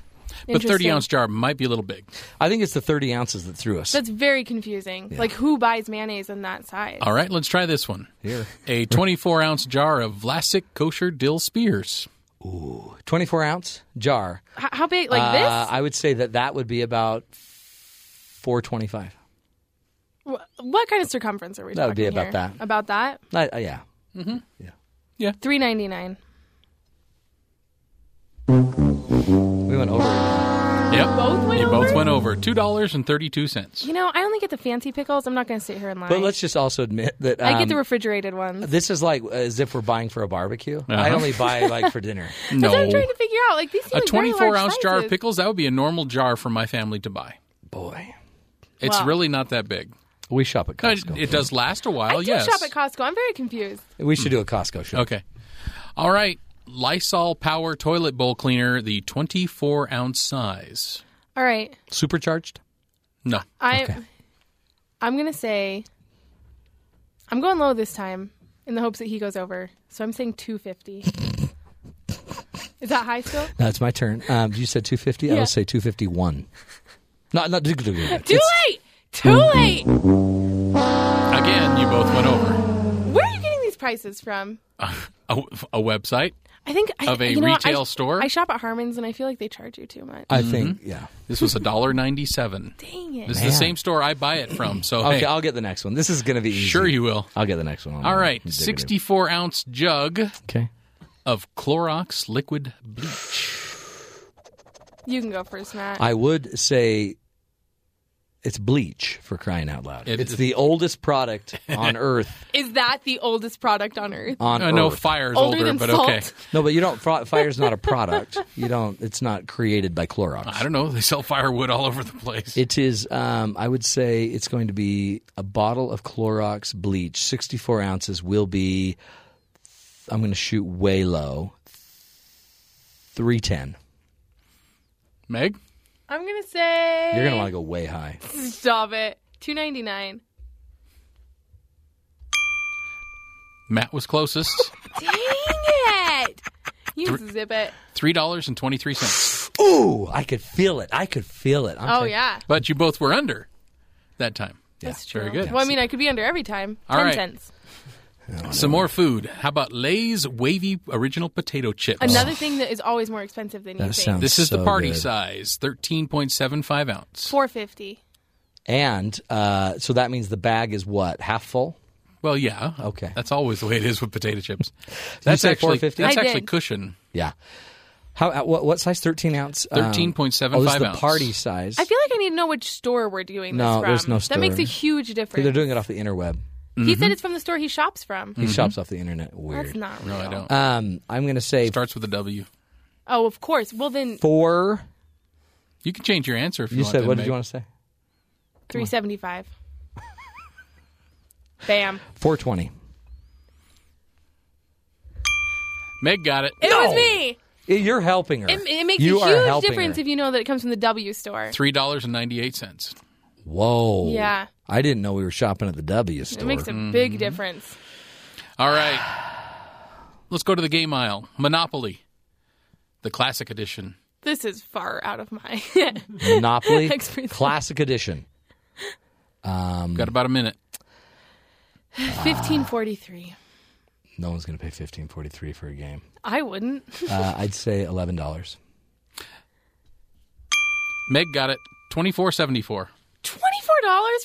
S2: But thirty
S11: Interesting.
S2: ounce jar might be a little big.
S1: I think it's the thirty ounces that threw us.
S11: That's very confusing.
S1: Yeah.
S11: Like, who buys mayonnaise in that size?
S2: All right, let's try this one.
S1: Here,
S2: A twenty four ounce jar of Vlasic kosher dill spears.
S1: twenty four ounce jar.
S11: H- how big? Like
S1: Uh, I would say that that would be about four twenty five.
S11: this? Wh- What kind of circumference are we
S1: That would
S11: talking
S1: be about
S11: here?
S1: that.
S11: About that?
S1: Uh, yeah.
S11: Mm-hmm.
S1: Yeah.
S2: Yeah.
S11: Three ninety nine.
S1: We went over.
S2: Yep,
S11: both went
S2: you both
S11: over?
S2: went over two dollars and thirty two cents.
S11: You know, I only get the fancy pickles. I'm not going to sit here and lie.
S1: But let's just also admit that
S11: I get the
S1: um,
S11: refrigerated ones.
S1: This is like as if we're buying for a barbecue. I only buy like for dinner.
S11: That's what I'm
S2: Uh-huh. No.
S11: trying to figure out. Like these seem
S2: A
S11: like very
S2: twenty four
S11: large
S2: ounce jar of
S11: sizes.
S2: pickles that would be a normal jar for my family to buy.
S1: Boy,
S2: It's
S11: Wow.
S2: really not that big.
S1: we shop at
S2: No, it,
S1: Costco.
S2: it does last a while.
S11: I do
S2: yes.
S11: shop at Costco. I'm very confused.
S1: we should do a Costco shop.
S2: Okay. All right. Lysol Power Toilet Bowl Cleaner, the 24 ounce size.
S11: All right,
S1: Supercharged.
S2: No.
S11: I, I'm going to say, I'm going low this time in the hopes that he goes over. So I'm saying 250. Is that high still?
S1: Now it's my turn. Um, you said two fifty. I
S11: Yeah.
S1: will say two fifty one. Not not.
S11: Too late. Too late.
S1: Mm-hmm.
S2: Again, you both went over
S11: Where are you getting these prices from?
S2: a, a website.
S11: I think I,
S2: Of a
S11: you know what? I-
S2: retail store?
S11: I shop at Harmon's, and I feel like they charge you too much.
S1: I think yeah.
S2: Mm-hmm. This was $1.97.
S11: Dang it.
S2: This is the same store I buy it from. So,
S1: Okay,
S2: hey,
S1: I'll get the next one. This is going to be easy.
S2: sure you will.
S1: I'll get the next one.
S2: All right.
S1: Indicative.
S2: 64 ounce jug
S1: Okay.
S2: of Clorox liquid bleach.
S11: You can go first, Matt.
S1: I would say it's bleach for crying out loud.
S2: It-
S1: it's the oldest product on earth.
S11: Is that the oldest product on earth?
S1: On
S2: I know
S1: earth.
S2: fire's
S11: Older
S2: older,
S11: than
S2: but
S11: salt.
S2: okay.
S1: No, but you don't. fri- Fire's not a product. You don't. It's not created by Clorox.
S2: I don't know. They sell firewood all over the place.
S1: It is. Um, I would say it's going to be a bottle of Clorox bleach, sixty-four ounces. Will be. I'm going to shoot way low. Three ten.
S2: Meg?
S11: I'm gonna say
S1: You're going
S2: Eh.
S1: to want to go way high.
S11: stop it. Two ninety nine.
S2: Matt was closest.
S11: Dang it! You zip it.
S2: $3.23.
S1: Ooh, I could feel it. I could feel it. I'm
S11: Oh
S1: saying-
S11: yeah,
S2: But you both were under that time.
S11: that's true.
S2: very good.
S11: Well, I mean, I could be under every time.
S2: All
S11: Ten
S2: right.
S11: cents.
S2: Some more food. How about Lay's wavy original potato chips?
S11: Another thing that is always more expensive than you
S1: That
S11: think.
S1: sounds-
S2: This is
S1: So
S2: the party
S1: good.
S2: size, 13.75 ounce.
S11: Four fifty.
S1: And uh, so that means the bag is what half full.
S2: Well, yeah.
S1: Okay.
S2: That's always the way it is with potato chips.
S1: say
S2: actually
S1: 450?
S2: that's
S11: I
S2: actually
S11: did.
S2: cushion.
S1: Yeah. How? uh, What, what size? Thirteen ounce. um,
S2: 13.75
S1: Oh, this is the
S2: ounce.
S1: party size.
S11: I feel like I need to know which store we're doing
S1: No,
S11: this from.
S1: there's no store.
S11: That makes a huge difference.
S1: They're doing Mm-hmm. it off the interweb.
S11: He
S2: Mm-hmm.
S11: said it's from the store he shops from.
S1: He shops off the internet.
S11: That's
S1: Weird.
S11: not real.
S2: No, I don't.
S1: um, I'm going to say
S2: Starts with a W.
S11: Oh, of course. Well, then
S1: four.
S2: You can change your answer if you,
S1: You
S2: want
S1: said
S2: to,
S1: what did
S2: Meg.
S1: you want to say?
S11: three seventy five. Bam!
S1: Four twenty.
S2: Meg got it.
S11: It was me.
S1: You're helping her.
S11: It, it makes
S1: you
S11: a
S1: are
S11: huge
S1: helping
S11: difference
S1: her.
S11: if you know that it comes from the W store.
S2: $3.98.
S1: Whoa.
S11: Yeah.
S1: I didn't know we were shopping at the W store.
S11: It makes a
S2: Mm-hmm.
S11: big difference.
S2: All right. Let's go to the game aisle. Monopoly, the classic edition.
S11: This is far out of my.
S1: Monopoly
S11: Expertise.
S1: Classic Edition. Um,
S2: Got about a minute.
S11: 1543.
S1: No one's going to pay fifteen forty three for a game.
S11: I wouldn't.
S1: Uh, I'd say eleven dollars.
S2: Meg got it. Twenty four seventy four.
S11: $24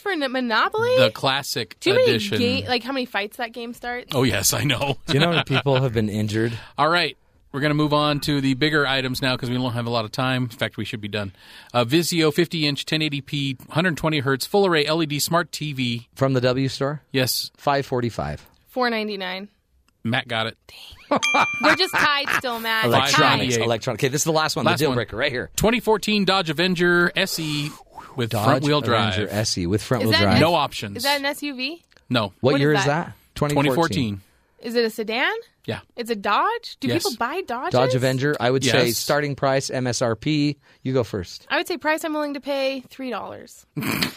S11: for a Monopoly?
S2: The classic
S11: Do you know how many
S2: edition.
S11: ga- like how many fights that game starts?
S2: oh yes, I know.
S1: Do you know how many people have been injured?
S2: All right. We're going to move on to the bigger items now because we don't have a lot of time. In fact, we should be done. Uh, Vizio 50 inch 1080p 120 hertz full array LED smart TV.
S1: From the W store?
S2: Yes,
S1: Five forty five.
S11: 499.
S2: Matt got it.
S11: They're just tied still, Matt. They're tied.
S1: Electronics. Electronic. Okay, this is the last one,
S2: Last
S1: the deal
S2: one.
S1: breaker right here.
S2: 2014 Dodge Avenger SE with front wheel drive.
S1: Avenger SE E with front
S11: Is
S1: wheel
S11: that
S1: drive.
S11: an-
S2: No options.
S11: Is that an SUV?
S2: no.
S1: what,
S11: what
S1: year
S11: is
S1: is
S11: that?
S1: that? 2014.
S2: 2014.
S11: Is it a sedan?
S2: Yeah.
S11: It's a Dodge? Do
S2: Yes.
S11: people buy Dodges?
S1: Dodge Avenger, I would say
S2: Yes.
S1: starting price MSRP. You go first.
S11: I would say price I'm willing to pay $3.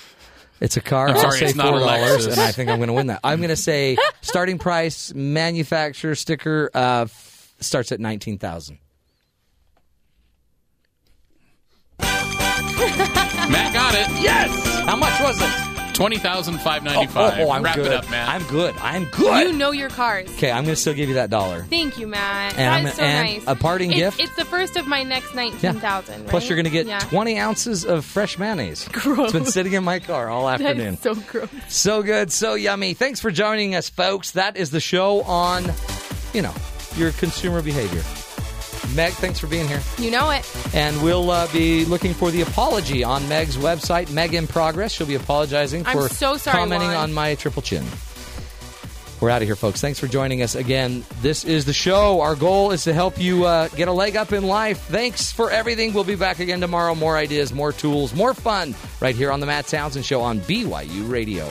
S1: It's a car.
S2: I'm
S1: I'll
S2: sorry,
S1: say
S2: it's not a
S1: four dollars,
S2: Lexus.
S1: and I think I'm going to win that. I'm going to say starting price, manufacturer, sticker uh, f- starts at nineteen thousand.
S2: Matt got it.
S1: Yes. How much was it? Oh,
S2: 20,595.
S1: I'm
S2: Wrap
S1: good.
S2: it up, Matt.
S1: I'm good. I'm good.
S11: You know your cars.
S1: okay, I'm going to still give you that dollar.
S11: Thank you, Matt.
S1: And
S11: That
S1: I'm
S11: is so
S1: gonna- and
S11: nice.
S1: a parting
S11: It's-
S1: gift?
S11: It's the first of my next nineteen thousand. Right?
S1: Plus, you're going to get
S11: yeah.
S1: 20 ounces of fresh mayonnaise. It's
S11: Gross.
S1: been sitting in my car all
S11: That
S1: afternoon.
S11: is so gross.
S1: So good, so yummy. Thanks for joining us, folks. That is the show on, you know, your consumer behavior. Meg, thanks for being here.
S11: You know it.
S1: And we'll uh, be looking for the apology on Meg's website, Meg in Progress. She'll be apologizing
S11: I'm
S1: for
S11: so sorry,
S1: commenting
S11: Juan.
S1: on my triple chin. We're out of here, folks. Thanks for joining us again. This is the show. Our goal is to help you uh, get a leg up in life. Thanks for everything. We'll be back again tomorrow. More ideas, more tools, more fun right here on The Matt Townsend Show on BYU Radio.